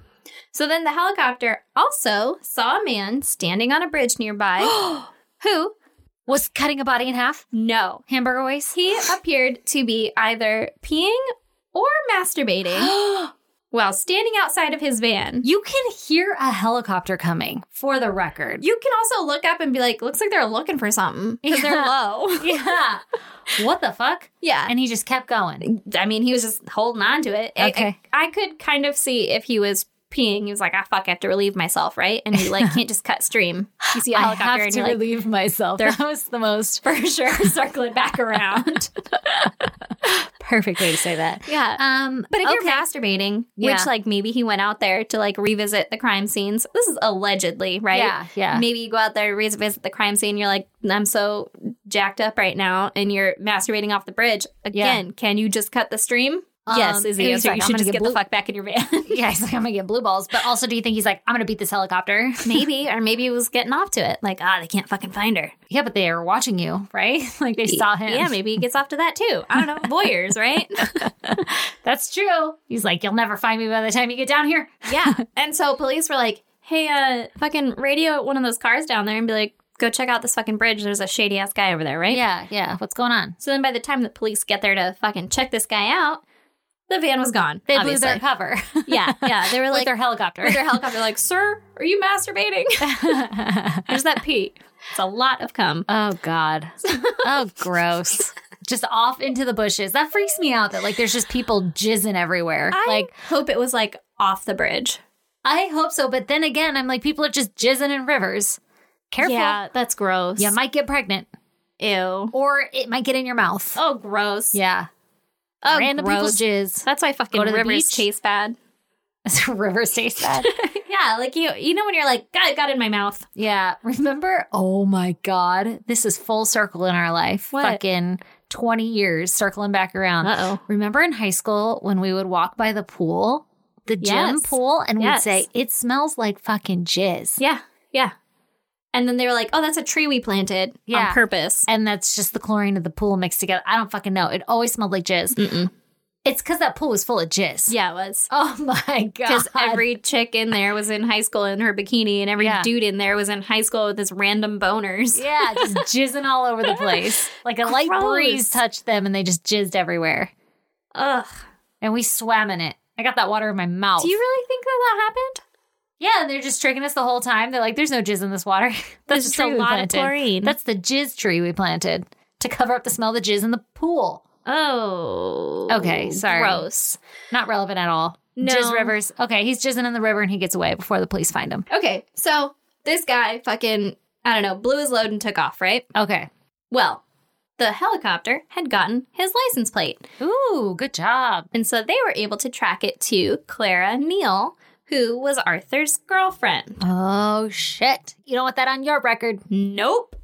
So then the helicopter also saw a man standing on a bridge nearby. who?
Was cutting a body in half?
No.
Hamburger waist?
He appeared to be either peeing or masturbating while standing outside of his van.
You can hear a helicopter coming, for the record.
You can also look up and be like, looks like they're looking for something because they're
Yeah.
low.
yeah. What the fuck?
Yeah.
And he just kept going.
I mean, he was just holding on to it. I-
Okay.
I, I could kind of see if he was peeing. He was like, ah, fuck, I have to relieve myself, right? And he like can't just cut stream. You see a helicopter
I have
and
to
you're like,
relieve myself. That was the most
for sure, circle it back around.
perfect way to say that.
yeah.
Um,
but if
okay.
you're masturbating,
Yeah.
which like maybe he went out there to like revisit the crime scenes. This is allegedly, right?
Yeah, yeah.
Maybe you go out there to revisit the crime scene. You're like, I'm so jacked up right now, and you're masturbating off the bridge again. Can you just cut the stream?
Um,
yes, is the
he's
answer.
like,
I'm
"You
gonna
should
just
get
get
blue."
the fuck back in your van.
yeah, he's like, I'm gonna get blue balls. But also, do you think he's like, I'm gonna beat this helicopter?
maybe, or maybe it was getting off to it. Like, ah, they can't fucking find her.
yeah, but they are watching you, right? Like they saw him.
Yeah, maybe he gets off to that too. I don't know, voyeurs, right?
that's true. He's like, you'll never find me by the time you get down here.
yeah. And so police were like, hey, uh, fucking radio one of those cars down there and be like, go check out this fucking bridge. There's a shady ass guy over there, right?
Yeah, yeah. What's going on?
So then by the time the police get there to fucking check this guy out, the van was gone.
They blew
obviously.
their cover
Yeah, yeah. They were
with
like,
their helicopter.
with their helicopter, like, sir, are you masturbating? There's that pee. It's a lot of cum.
oh God. Oh, gross. Just off into the bushes. That freaks me out. That like there's just people jizzing everywhere.
I
like
like, hope it was like off the bridge.
I hope so, but then again, I'm like people are just jizzing in rivers. Careful.
Yeah, that's gross.
You might get pregnant,
Ew.
or it might get in your mouth.
Oh, gross.
Yeah,
Oh,
random
gross.
people jizz.
That's why fucking
Go to the
rivers
beach.
chase bad.
rivers taste bad.
yeah, like you, you know when you're like, God, it got in my mouth.
yeah, remember? Oh my god, this is full circle in our life.
What?
Fucking twenty years circling back around.
Uh-oh.
Remember in high school when we would walk by the pool, the gym
Yes.
pool, and
Yes.
we'd say it smells like fucking jizz.
Yeah, yeah. And then they were like, Oh, that's a tree we planted
Yeah.
on purpose.
and that's just the chlorine of the pool mixed together. I don't fucking know. It always smelled like jizz. It's because that pool was full of jizz.
Yeah, it was.
Oh my god.
Because every chick in there was in high school in her bikini, and every
Yeah.
dude in there was in high school with his random boners.
yeah, just jizzing all over the place. Like a light
Gross.
breeze touched them, and they just jizzed everywhere.
Ugh.
And we swam in it. I got that water in my mouth.
Do you really think that that happened?
yeah, and they're just tricking us the whole time. They're like, "There's no jizz in this water.
There's
that's just
a
a we
lot of
planted.
chlorine.
That's the jizz tree we planted to cover up the smell of the jizz in the pool.
Oh.
Okay, sorry.
Gross.
Not relevant at all.
No.
Jizz rivers. Okay, he's jizzing in the river, and he gets away before the police find him.
Okay, so this guy fucking, I don't know, blew his load and took off, right?
Okay.
Well, the helicopter had gotten his license plate.
Ooh, good job.
And so they were able to track it to Clara Neal, who was Arthur's girlfriend.
Oh shit. You don't want that on your record.
Nope.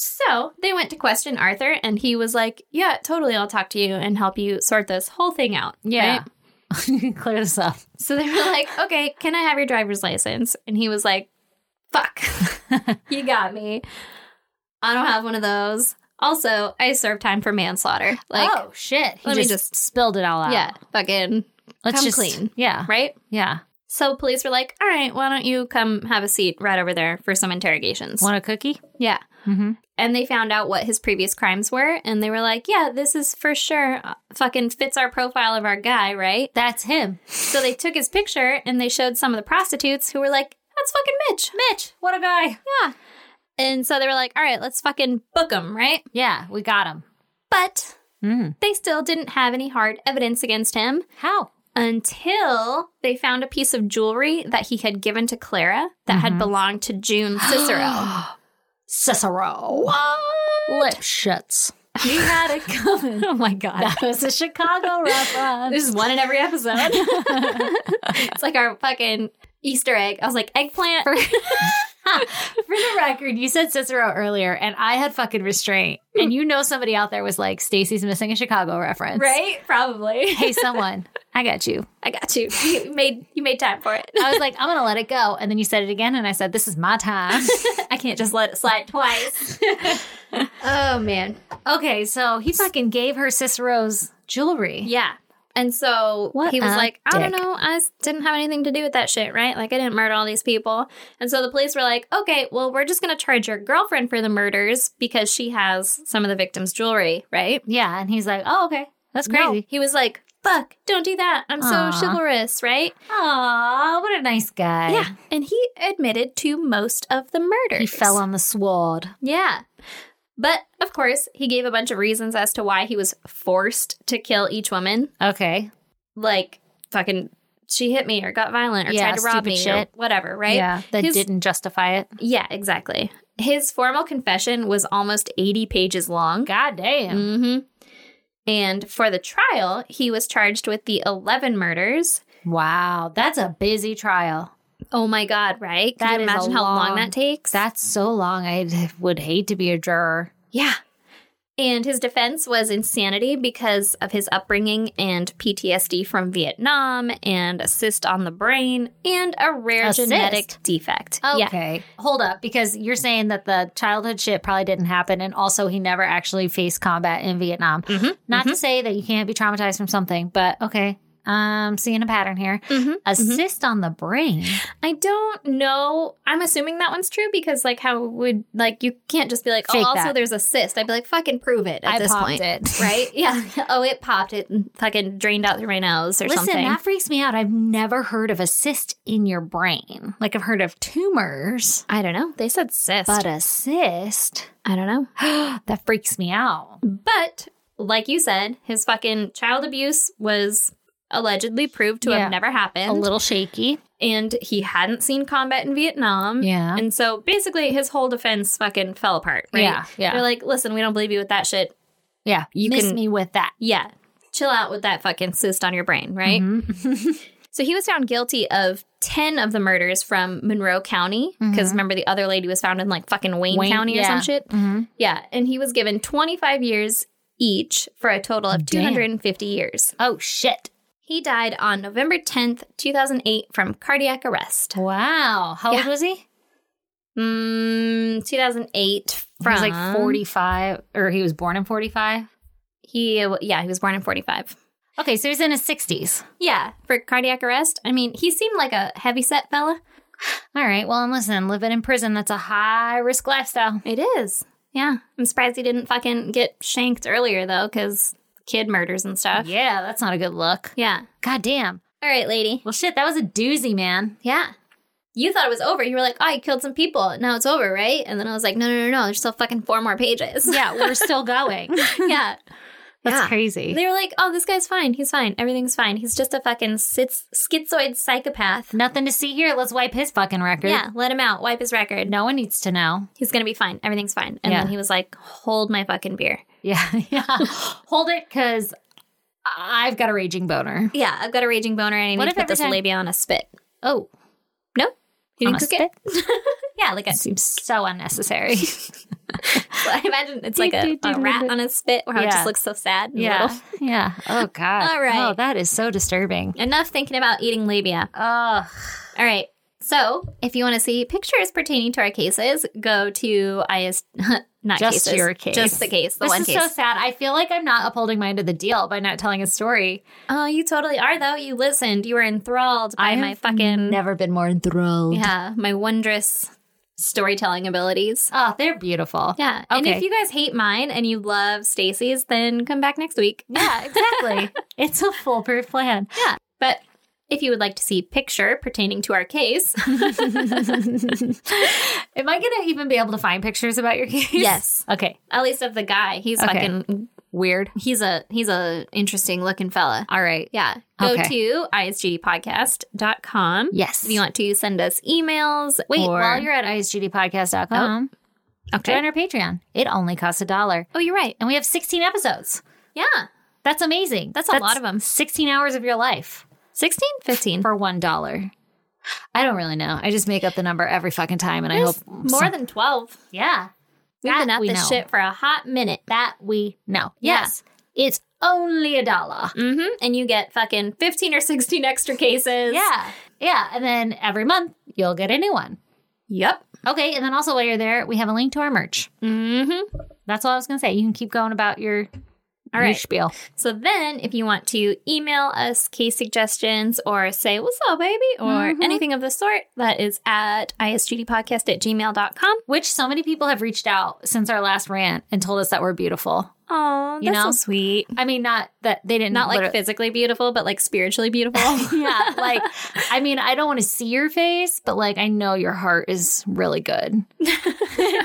So they went to question Arthur, and he was like, Yeah, totally. I'll talk to you and help you sort this whole thing out.
Yeah.
Right?
Clear this up.
So they were like, Okay, can I have your driver's license? And he was like, Fuck, you got me. I don't have one of those. Also, I served time for manslaughter. Like,
oh shit! He
let me
just, spilled it all out.
yeah, fucking
let's
come
just
clean.
Yeah,
right.
yeah.
So police were like, All right, why don't you come have a seat right over there for some interrogations?
Want a cookie?
Yeah.
Mm-hmm.
and they found out what his previous crimes were and they were like yeah this is for sure uh, fucking fits our profile of our guy right
That's him.
so they took his picture and they showed some of the prostitutes who were like that's fucking mitch mitch
What a guy.
yeah and so they were like all right let's fucking book him right
Yeah, we got him.
but
Mm.
they still didn't have any hard evidence against him
How?
until they found a piece of jewelry that he had given to clara that had belonged to june cicero
Cicero. Lip shits.
he had it coming oh my god
That was a Chicago reference.
There's one in every episode. it's like our fucking Easter egg. I was like, eggplant.
For the record, you said Cicero earlier, and I had fucking restraint. And you know somebody out there was like, Stacy's missing a Chicago reference.
right? Probably.
Hey, someone, I got you.
I got you. You made you made time for it.
I was like, I'm going to let it go. And then you said it again, and I said, this is my time.
I can't just let it slide twice. oh man.
okay, so he fucking gave her Cicero's jewelry.
Yeah. And so
What
he was
a
like, I don't
dick.
know, I s- didn't have anything to do with that shit, right? Like I didn't murder all these people. And so the police were like, okay, well, we're just gonna charge your girlfriend for the murders because she has some of the victims' jewelry, right?
Yeah, and he's like, oh, okay. That's
No.
crazy.
He was like, fuck, don't do that. I'm
Aw.
so chivalrous, right?
Aw, what a nice guy.
Yeah. And he admitted to most of the murders.
He fell on the sword.
Yeah. But of course, he gave a bunch of reasons as to why he was forced to kill each woman.
Okay.
Like, fucking, she hit me or got violent or
Yeah,
tried to rob
stupid
me or
shit.
whatever, right?
Yeah, that
His-
didn't justify it.
Yeah, exactly. His formal confession was almost 80 pages long.
God damn.
Mm-hmm. And for the trial, he was charged with the 11 murders.
Wow, that's a busy trial.
Oh my God, right? Can
That
you
is a
imagine how long
long-
that takes?
That's so long. I would hate to be a juror.
Yeah. And his defense was insanity because of his upbringing and PTSD from Vietnam and a cyst on the brain and a rare
A
genetic defect. Yeah.
Okay. Hold up, because you're saying that the childhood shit probably didn't happen, and also he never actually faced combat in Vietnam. Not to say that you can't be traumatized from something, but okay. I'm seeing a pattern here.
Mm-hmm.
A cyst on the brain.
I don't know. I'm assuming that one's true because, like, how would, like, you can't just be like,
Fake
oh, also
that.
there's a cyst. I'd be like, fucking prove it at
I
this
popped
point.
it.
Right? Yeah. Oh, it popped. It fucking drained out through my nose or
Listen,
something.
that freaks me out. I've never heard of a cyst in your brain. Like I've heard of tumors,
I don't know. They said cyst.
but a cyst
I don't know.
that freaks me out.
But like you said, his fucking child abuse was allegedly proved to
Yeah.
have never happened.
A little shaky.
and he hadn't seen combat in Vietnam.
Yeah.
And so basically his whole defense fucking fell apart. Right?
Yeah, yeah.
They're like, listen, we don't believe you with that shit.
Yeah, you miss
can-
me with that.
Yeah. Chill out with that fucking cyst on your brain, right?
Mm-hmm.
so he was found guilty of 10 of the murders from Monroe County. Because remember, the other lady was found in like fucking Wayne,
Mm-hmm. Wayne-
County or
yeah.
some shit.
mm-hmm.
Yeah. And he was given 25 years each for a total of 250 years.
Oh shit!
He died on November 10th, 2008, from cardiac arrest.
Wow, how old
Yeah.
was he?
Mm, 2008 from.
He was like forty-five, or he was born in forty-five.
He, yeah, he was born in 45.
Okay, so he's in his sixties.
Yeah, for cardiac arrest. I mean, he seemed like a heavy set fella.
All right. Well, and listen, living in prison—that's a high-risk lifestyle.
It is. Yeah. I'm surprised he didn't fucking get shanked earlier, though, because kid murders and stuff. Yeah.
Yeah, that's not a good look. God damn.
All right, lady.
Well, shit, that was a doozy, man.
Yeah. You thought it was over. You were like, oh, I killed some people. Now it's over, right? And then I was like, no, no, no, no. There's still fucking four more pages.
Yeah, we're still going.
yeah.
That's
Yeah.
crazy.
They were like, oh, this guy's fine. He's fine. Everything's fine. He's just a fucking schiz- schizoid psychopath.
Nothing to see here. Let's wipe his fucking record.
Yeah, let him out. Wipe his record.
No one needs to know.
He's going to be fine. Everything's fine. And
Yeah.
then he was like, hold my fucking beer.
Yeah. Yeah. Hold it because I've got a raging boner.
Yeah, I've got a raging boner and I need
What
to
if
put
every
this
time-
labia on a spit.
Oh,
No? You
On
didn't
a
cook it? yeah, like a
seems so unnecessary.
I imagine it's like a, a rat on a spit where it
Yeah.
just looks so sad. And
Yeah.
little.
Yeah. Oh God.
All right.
Oh, that is so disturbing.
Enough thinking about eating labia.
Ugh.
All right. So, if you want to see pictures pertaining to our cases, go to IS. Not
Just
cases,
your case.
Just the case. The
This
one
is
case.
so sad. I feel like I'm not upholding my end of the deal by not telling a story.
oh, you totally are though. You listened. You were enthralled by
have
my fucking
Never been more enthralled.
yeah, my wondrous storytelling abilities.
Oh, they're beautiful.
Yeah. And if
Okay.
you guys hate mine and you love Stacy's, then come back next week.
Yeah, exactly. it's a foolproof plan.
But if you would like to see picture pertaining to our case,
Am I going to even be able to find pictures about your case?
Yes.
Okay.
at least of the guy, he's
Okay.
fucking
Weird.
he's a he's a interesting looking fella.
All right.
Yeah. Go
Okay.
to isgdpodcast.com.
Yes.
If you want to send us emails
Wait,
or Oh,
while you're at isgdpodcast.com,
okay.
join our Patreon. It only costs a dollar.
Oh, you're right.
And we have 16 episodes.
Yeah.
That's amazing.
That's a lot of 'em.
16 hours of your life
16, 15.
for $1. I don't really know. I just make up the number every fucking time and I
There's
hope
more than 12.
Yeah.
We've
That
been at
we
this
know.
shit for a hot minute.
That we know.
Yeah.
Yes. It's only a dollar.
Mm-hmm. And you get fucking 15 or 16 extra cases.
Yeah. Yeah. And then every month you'll get a new one.
Yep.
Okay. And then also while you're there, we have a link to our merch.
Mm-hmm.
That's all I was going to say. You can keep going about your,
All
your
right.
spiel.
So then, if you want to email us case suggestions or say, what's up, baby, or
Mhm.
anything of the sort, that is at isgdpodcast at gmail.com.
Which so many people have reached out since our last rant and told us that we're beautiful.
Oh, that's
You know?
so sweet.
I mean, not that they didn't
Not like
literally-
physically beautiful, but like spiritually beautiful.
yeah, like I mean, I don't want to see your face, but like I know your heart is really good.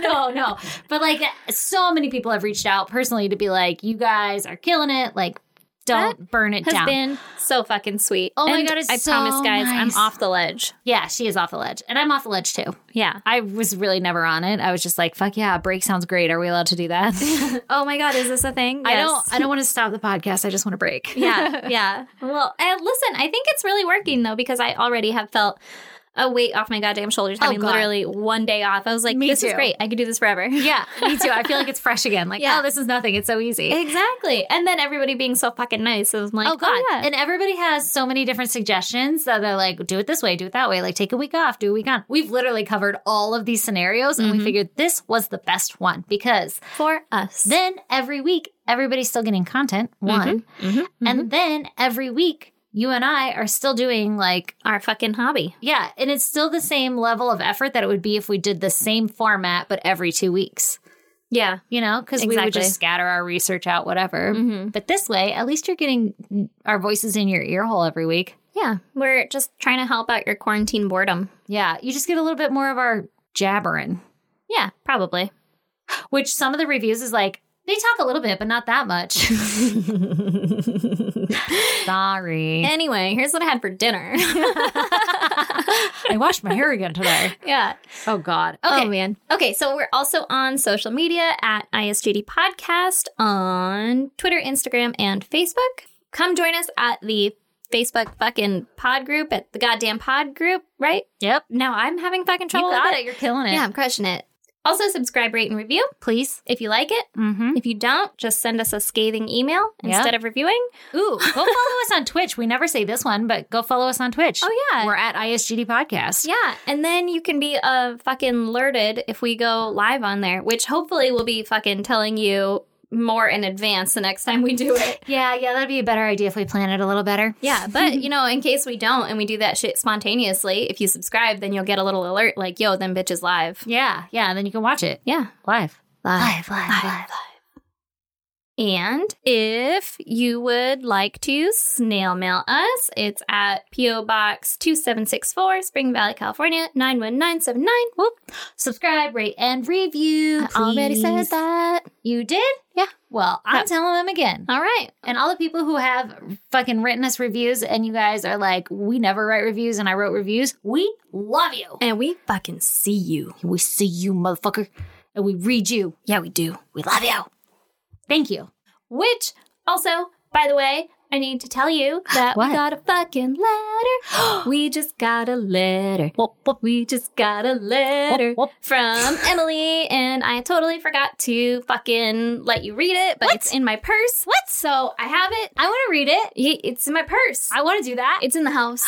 no, no. But like so many people have reached out personally to be like, you guys are killing it. Like, don't burn it
has
down.
been so fucking sweet.
Oh my
And
God, it's
I
so
promise, guys,
nice.
I'm off the ledge.
yeah, she is off the ledge. And I'm off the ledge too.
Yeah.
I was really never on it. I was just like, fuck yeah, break sounds great. Are we allowed to do that?
Oh my God, is this a thing?
I don't I don't want to stop the podcast. I just want to break.
yeah, yeah. Well, uh, listen, I think it's really working though because I already have felt a weight off my goddamn shoulders having
God.
literally one day off. I was like,
Me
this is
too.
great. I could do this forever.
Yeah, me too. I feel like it's fresh again. Like,
Yeah.
oh, this is nothing. It's so easy.
exactly. And then everybody being so fucking nice. I was like,
oh god
yeah.
and everybody has so many different suggestions that they're like do it this way do it that way like take a week off do a week on we've literally covered all of these scenarios and we figured this was the best one because
for us.
then every week everybody's still getting content one and then every week you and i are still doing like
Our fucking hobby.
yeah and it's still the same level of effort that it would be if we did the same format but every two weeks
Yeah.
you know, because we would
Exactly.
just scatter our research out, whatever. But this way, at least you're getting our voices in your ear hole every week.
Yeah. We're just trying to help out your quarantine boredom.
Yeah, you just get a little bit more of our jabbering,
Yeah, probably.
which some of the reviews is like, they talk a little bit, but not that much. Sorry.
Anyway, here's what I had for dinner.
I washed my hair again today.
yeah.
Oh, God.
Oh man. Okay, so we're also on social media at ISGD Podcast on Twitter, Instagram, and Facebook. Come join us at the Facebook fucking pod group at the goddamn pod group, right?
Yep.
Now I'm having fucking
You
trouble
got
with
it. You're killing it.
Yeah, I'm crushing it. Also subscribe, rate, and review
Please.
if you like it.
Mm-hmm.
If you don't, just send us a scathing email
Yeah.
instead of reviewing.
Ooh, go follow us on Twitch. We never say this one, but go follow us on Twitch.
Oh, yeah.
We're at ISGD Podcast.
Yeah, and then you can be uh fucking alerted if we go live on there, which hopefully we'll be fucking telling you more in advance the next time we do it.
Yeah, yeah, that'd be a better idea if we plan it a little better.
Yeah, but you know, in case we don't and we do that shit spontaneously, if you subscribe, then you'll get a little alert like, yo, them bitches live.
Yeah, yeah, and then you can watch it
Yeah.
live.
Live.
live,
live. And if you would like to snail mail us, it's at P.O. Box 2764, Spring Valley, California, 91979. Whoop.
Subscribe, rate, and review.
I already said
please.
that.
You did?
Yeah. Uh-huh.
Well, I'm telling them again.
All right.
And all the people who have fucking written us reviews and you guys are like, we never write reviews and I wrote reviews, we love you.
And we fucking see you.
We see you, motherfucker, and we read you.
Yeah, we do.
We love you. Thank you.
Which also, by the way, I need to tell you that
What?
we got a fucking letter. we just got a letter.
Whoop, whoop.
We just got a letter
whoop.
from Emily, and I totally forgot to fucking let you read it, but
What?
it's in my purse. What? So I have it. I want to read it. Y- It's in my purse.
I want to do that.
it's in the house.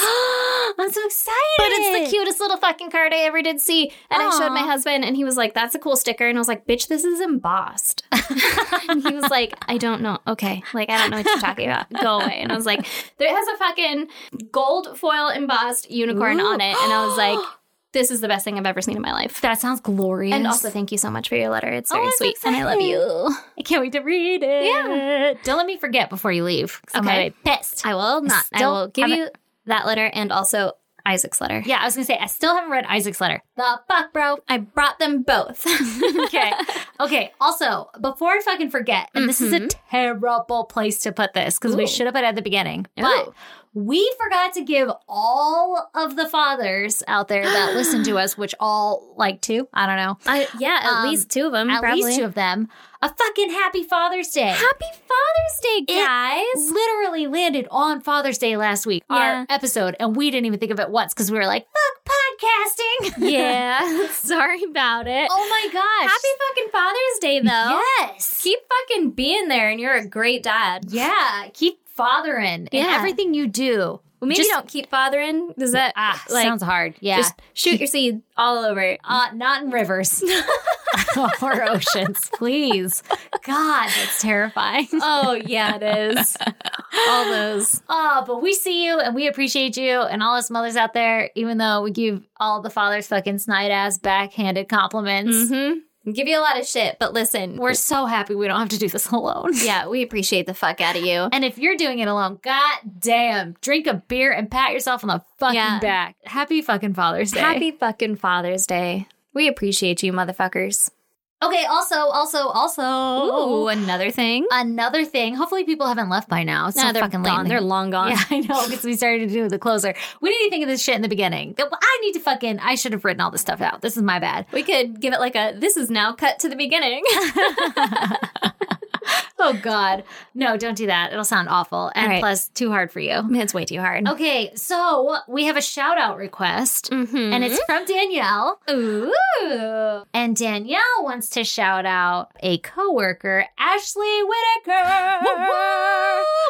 I'm so excited.
But it's the cutest little fucking card I ever did see. And I showed my
Aw.
husband, and he was like, That's a cool sticker. And I was like, Bitch, this is embossed. and he was like, I don't know. Okay. Like, I don't know what you're talking about. Go away. And I was like, There has a fucking gold foil embossed unicorn
Ooh.
on it. And I was like, This is the best thing I've ever seen in my life.
That sounds glorious.
And also, thank you so much for your letter. It's
Oh,
very
I'm so
sweet. And I love
excited.
you.
I can't wait to read it. Yeah. Don't let me forget before you leave. 'cause I'm
Okay.
gonna be pissed.
I will not. I
still
will give
haven't-
you that letter and also Isaac's letter.
yeah, I was gonna say I still haven't read Isaac's letter.
The fuck, bro. I brought them both.
Okay. okay. Also, before I fucking forget, and this is a terrible place to put this because
Mm-hmm.
we
Ooh.
should have put it at the beginning,
Ooh.
but we forgot to give all of the fathers out there that listen to us, which all like two, I don't know,
I, yeah, at
Um,
least two of them.
at least two of them, a fucking happy Father's Day.
Mm, Happy Father's Day,
It
guys!
literally landed on Father's Day last week,
Yeah.
our episode, and we didn't even think of it once because we were like, fuck podcasting.
yeah, sorry about it.
oh my gosh.
Happy fucking Father's Day, though.
Yes.
Keep fucking being there, and you're a great dad.
Yeah, keep fathering in
Yeah.
everything you do.
Well, maybe
Just-
don't keep fathering. Does that
Ah,
like
sounds hard. Yeah.
just shoot your seed all over?
uh, not in rivers or oceans, please. God, that's terrifying.
oh yeah, it is. all those.
Oh, but we see you and we appreciate you and all us mothers out there, even though we give all the fathers fucking snide ass backhanded compliments.
Mm-hmm. Give you a lot of shit, but listen,
We're so happy we don't have to do this alone.
yeah, we appreciate the fuck out of you.
And if you're doing it alone, god damn, drink a beer and pat yourself on the fucking
Yeah.
back. Happy fucking Father's Day.
Happy fucking Father's Day. We appreciate you, motherfuckers.
Okay, also, also, also.
Ooh, Oh, another thing.
Another thing, hopefully people haven't left by now. It's
No,
so
they're
fucking
gone.
late.
They're long gone.
yeah, I know because we started to do the closer. We didn't even think of this shit in the beginning. I need to fucking. I should have written all this stuff out. This is my bad.
We could give it like a this is now cut to the beginning.
Oh God, no! Don't do that. It'll sound awful and
All right.
plus too hard for you.
it's way too hard.
Okay, so we have a shout out request,
Mm-hmm.
and it's from Danielle.
ooh.
And Danielle wants to shout out a coworker, Ashley Whitaker.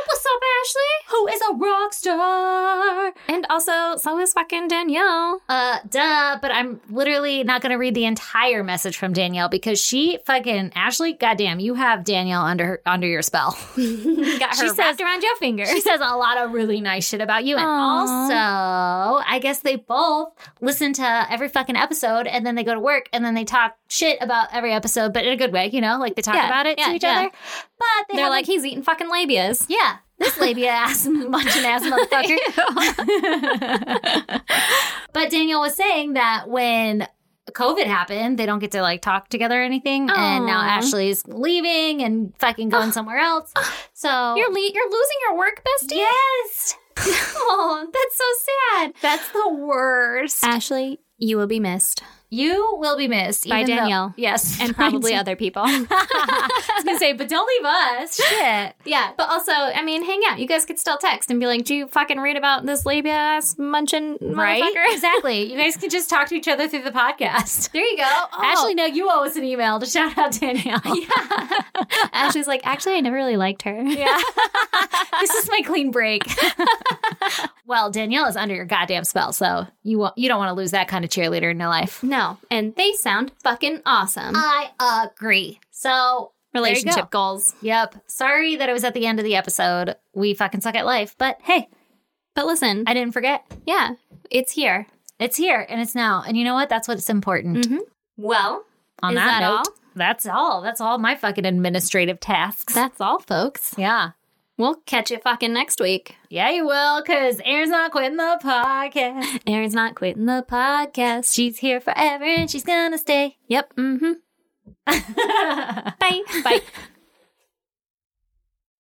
What's up, Ashley?
Who is a rock star?
And also, so is fucking Danielle.
Uh, duh, but I'm literally not going to read the entire message from Danielle because she fucking, Ashley, goddamn, you have Danielle under her, under your spell.
Got
She
her
says-
wrapped around your finger.
she says a lot of really nice shit about you. And
Aw.
also, I guess they both listen to every fucking episode and then they go to work and then they talk shit about every episode, but in a good way, you know, like they talk
Yeah,
about it
yeah,
to each
yeah.
other. But they
They're
have
like, he's eating fucking labias.
yeah, this labia ass munching ass motherfucker. But Daniel was saying that when COVID happened, they don't get to like talk together or anything. And now
Aw.
Ashley's leaving and fucking going somewhere else. So
You're le- you're losing your work, bestie.
yes,
Oh, that's so sad.
that's the worst.
Ashley, you will be missed,
You will be missed
By
even though-
Danielle.
yes,
and probably other people.
I was gonna say, but don't leave us. Shit.
yeah, but also, I mean, hang out. You guys could still text and be like, "Do you fucking read about this labia ass munching motherfucker?"
exactly. You guys can just talk to each other through the podcast.
There you go. Oh.
Ashley, no, you owe us an email to shout out Danielle.
Ashley's like, actually, I never really liked her.
Yeah. this is my clean break. well, Danielle is under your goddamn spell, so you won't, you don't want to lose that kind of cheerleader in your life.
No, and they sound fucking awesome.
I agree. So, Uh, there you
Relationship
go.
goals.
yep. Sorry that it was at the end of the episode. We fucking suck at life, but hey,
But listen,
I didn't forget.
yeah, it's here.
It's here and it's now. And you know what? That's what's important.
Well,
On
Mm-hmm. Is
that,
that
note,
all?
that's all. That's all my fucking administrative tasks.
that's all, folks.
yeah.
We'll catch you fucking next week.
Yeah, you will, because Aaron's not quitting the podcast.
Erin's not quitting the podcast.
She's here
mm-hmm.
forever and she's gonna stay.
yep. Mm hmm. Bye. Bye.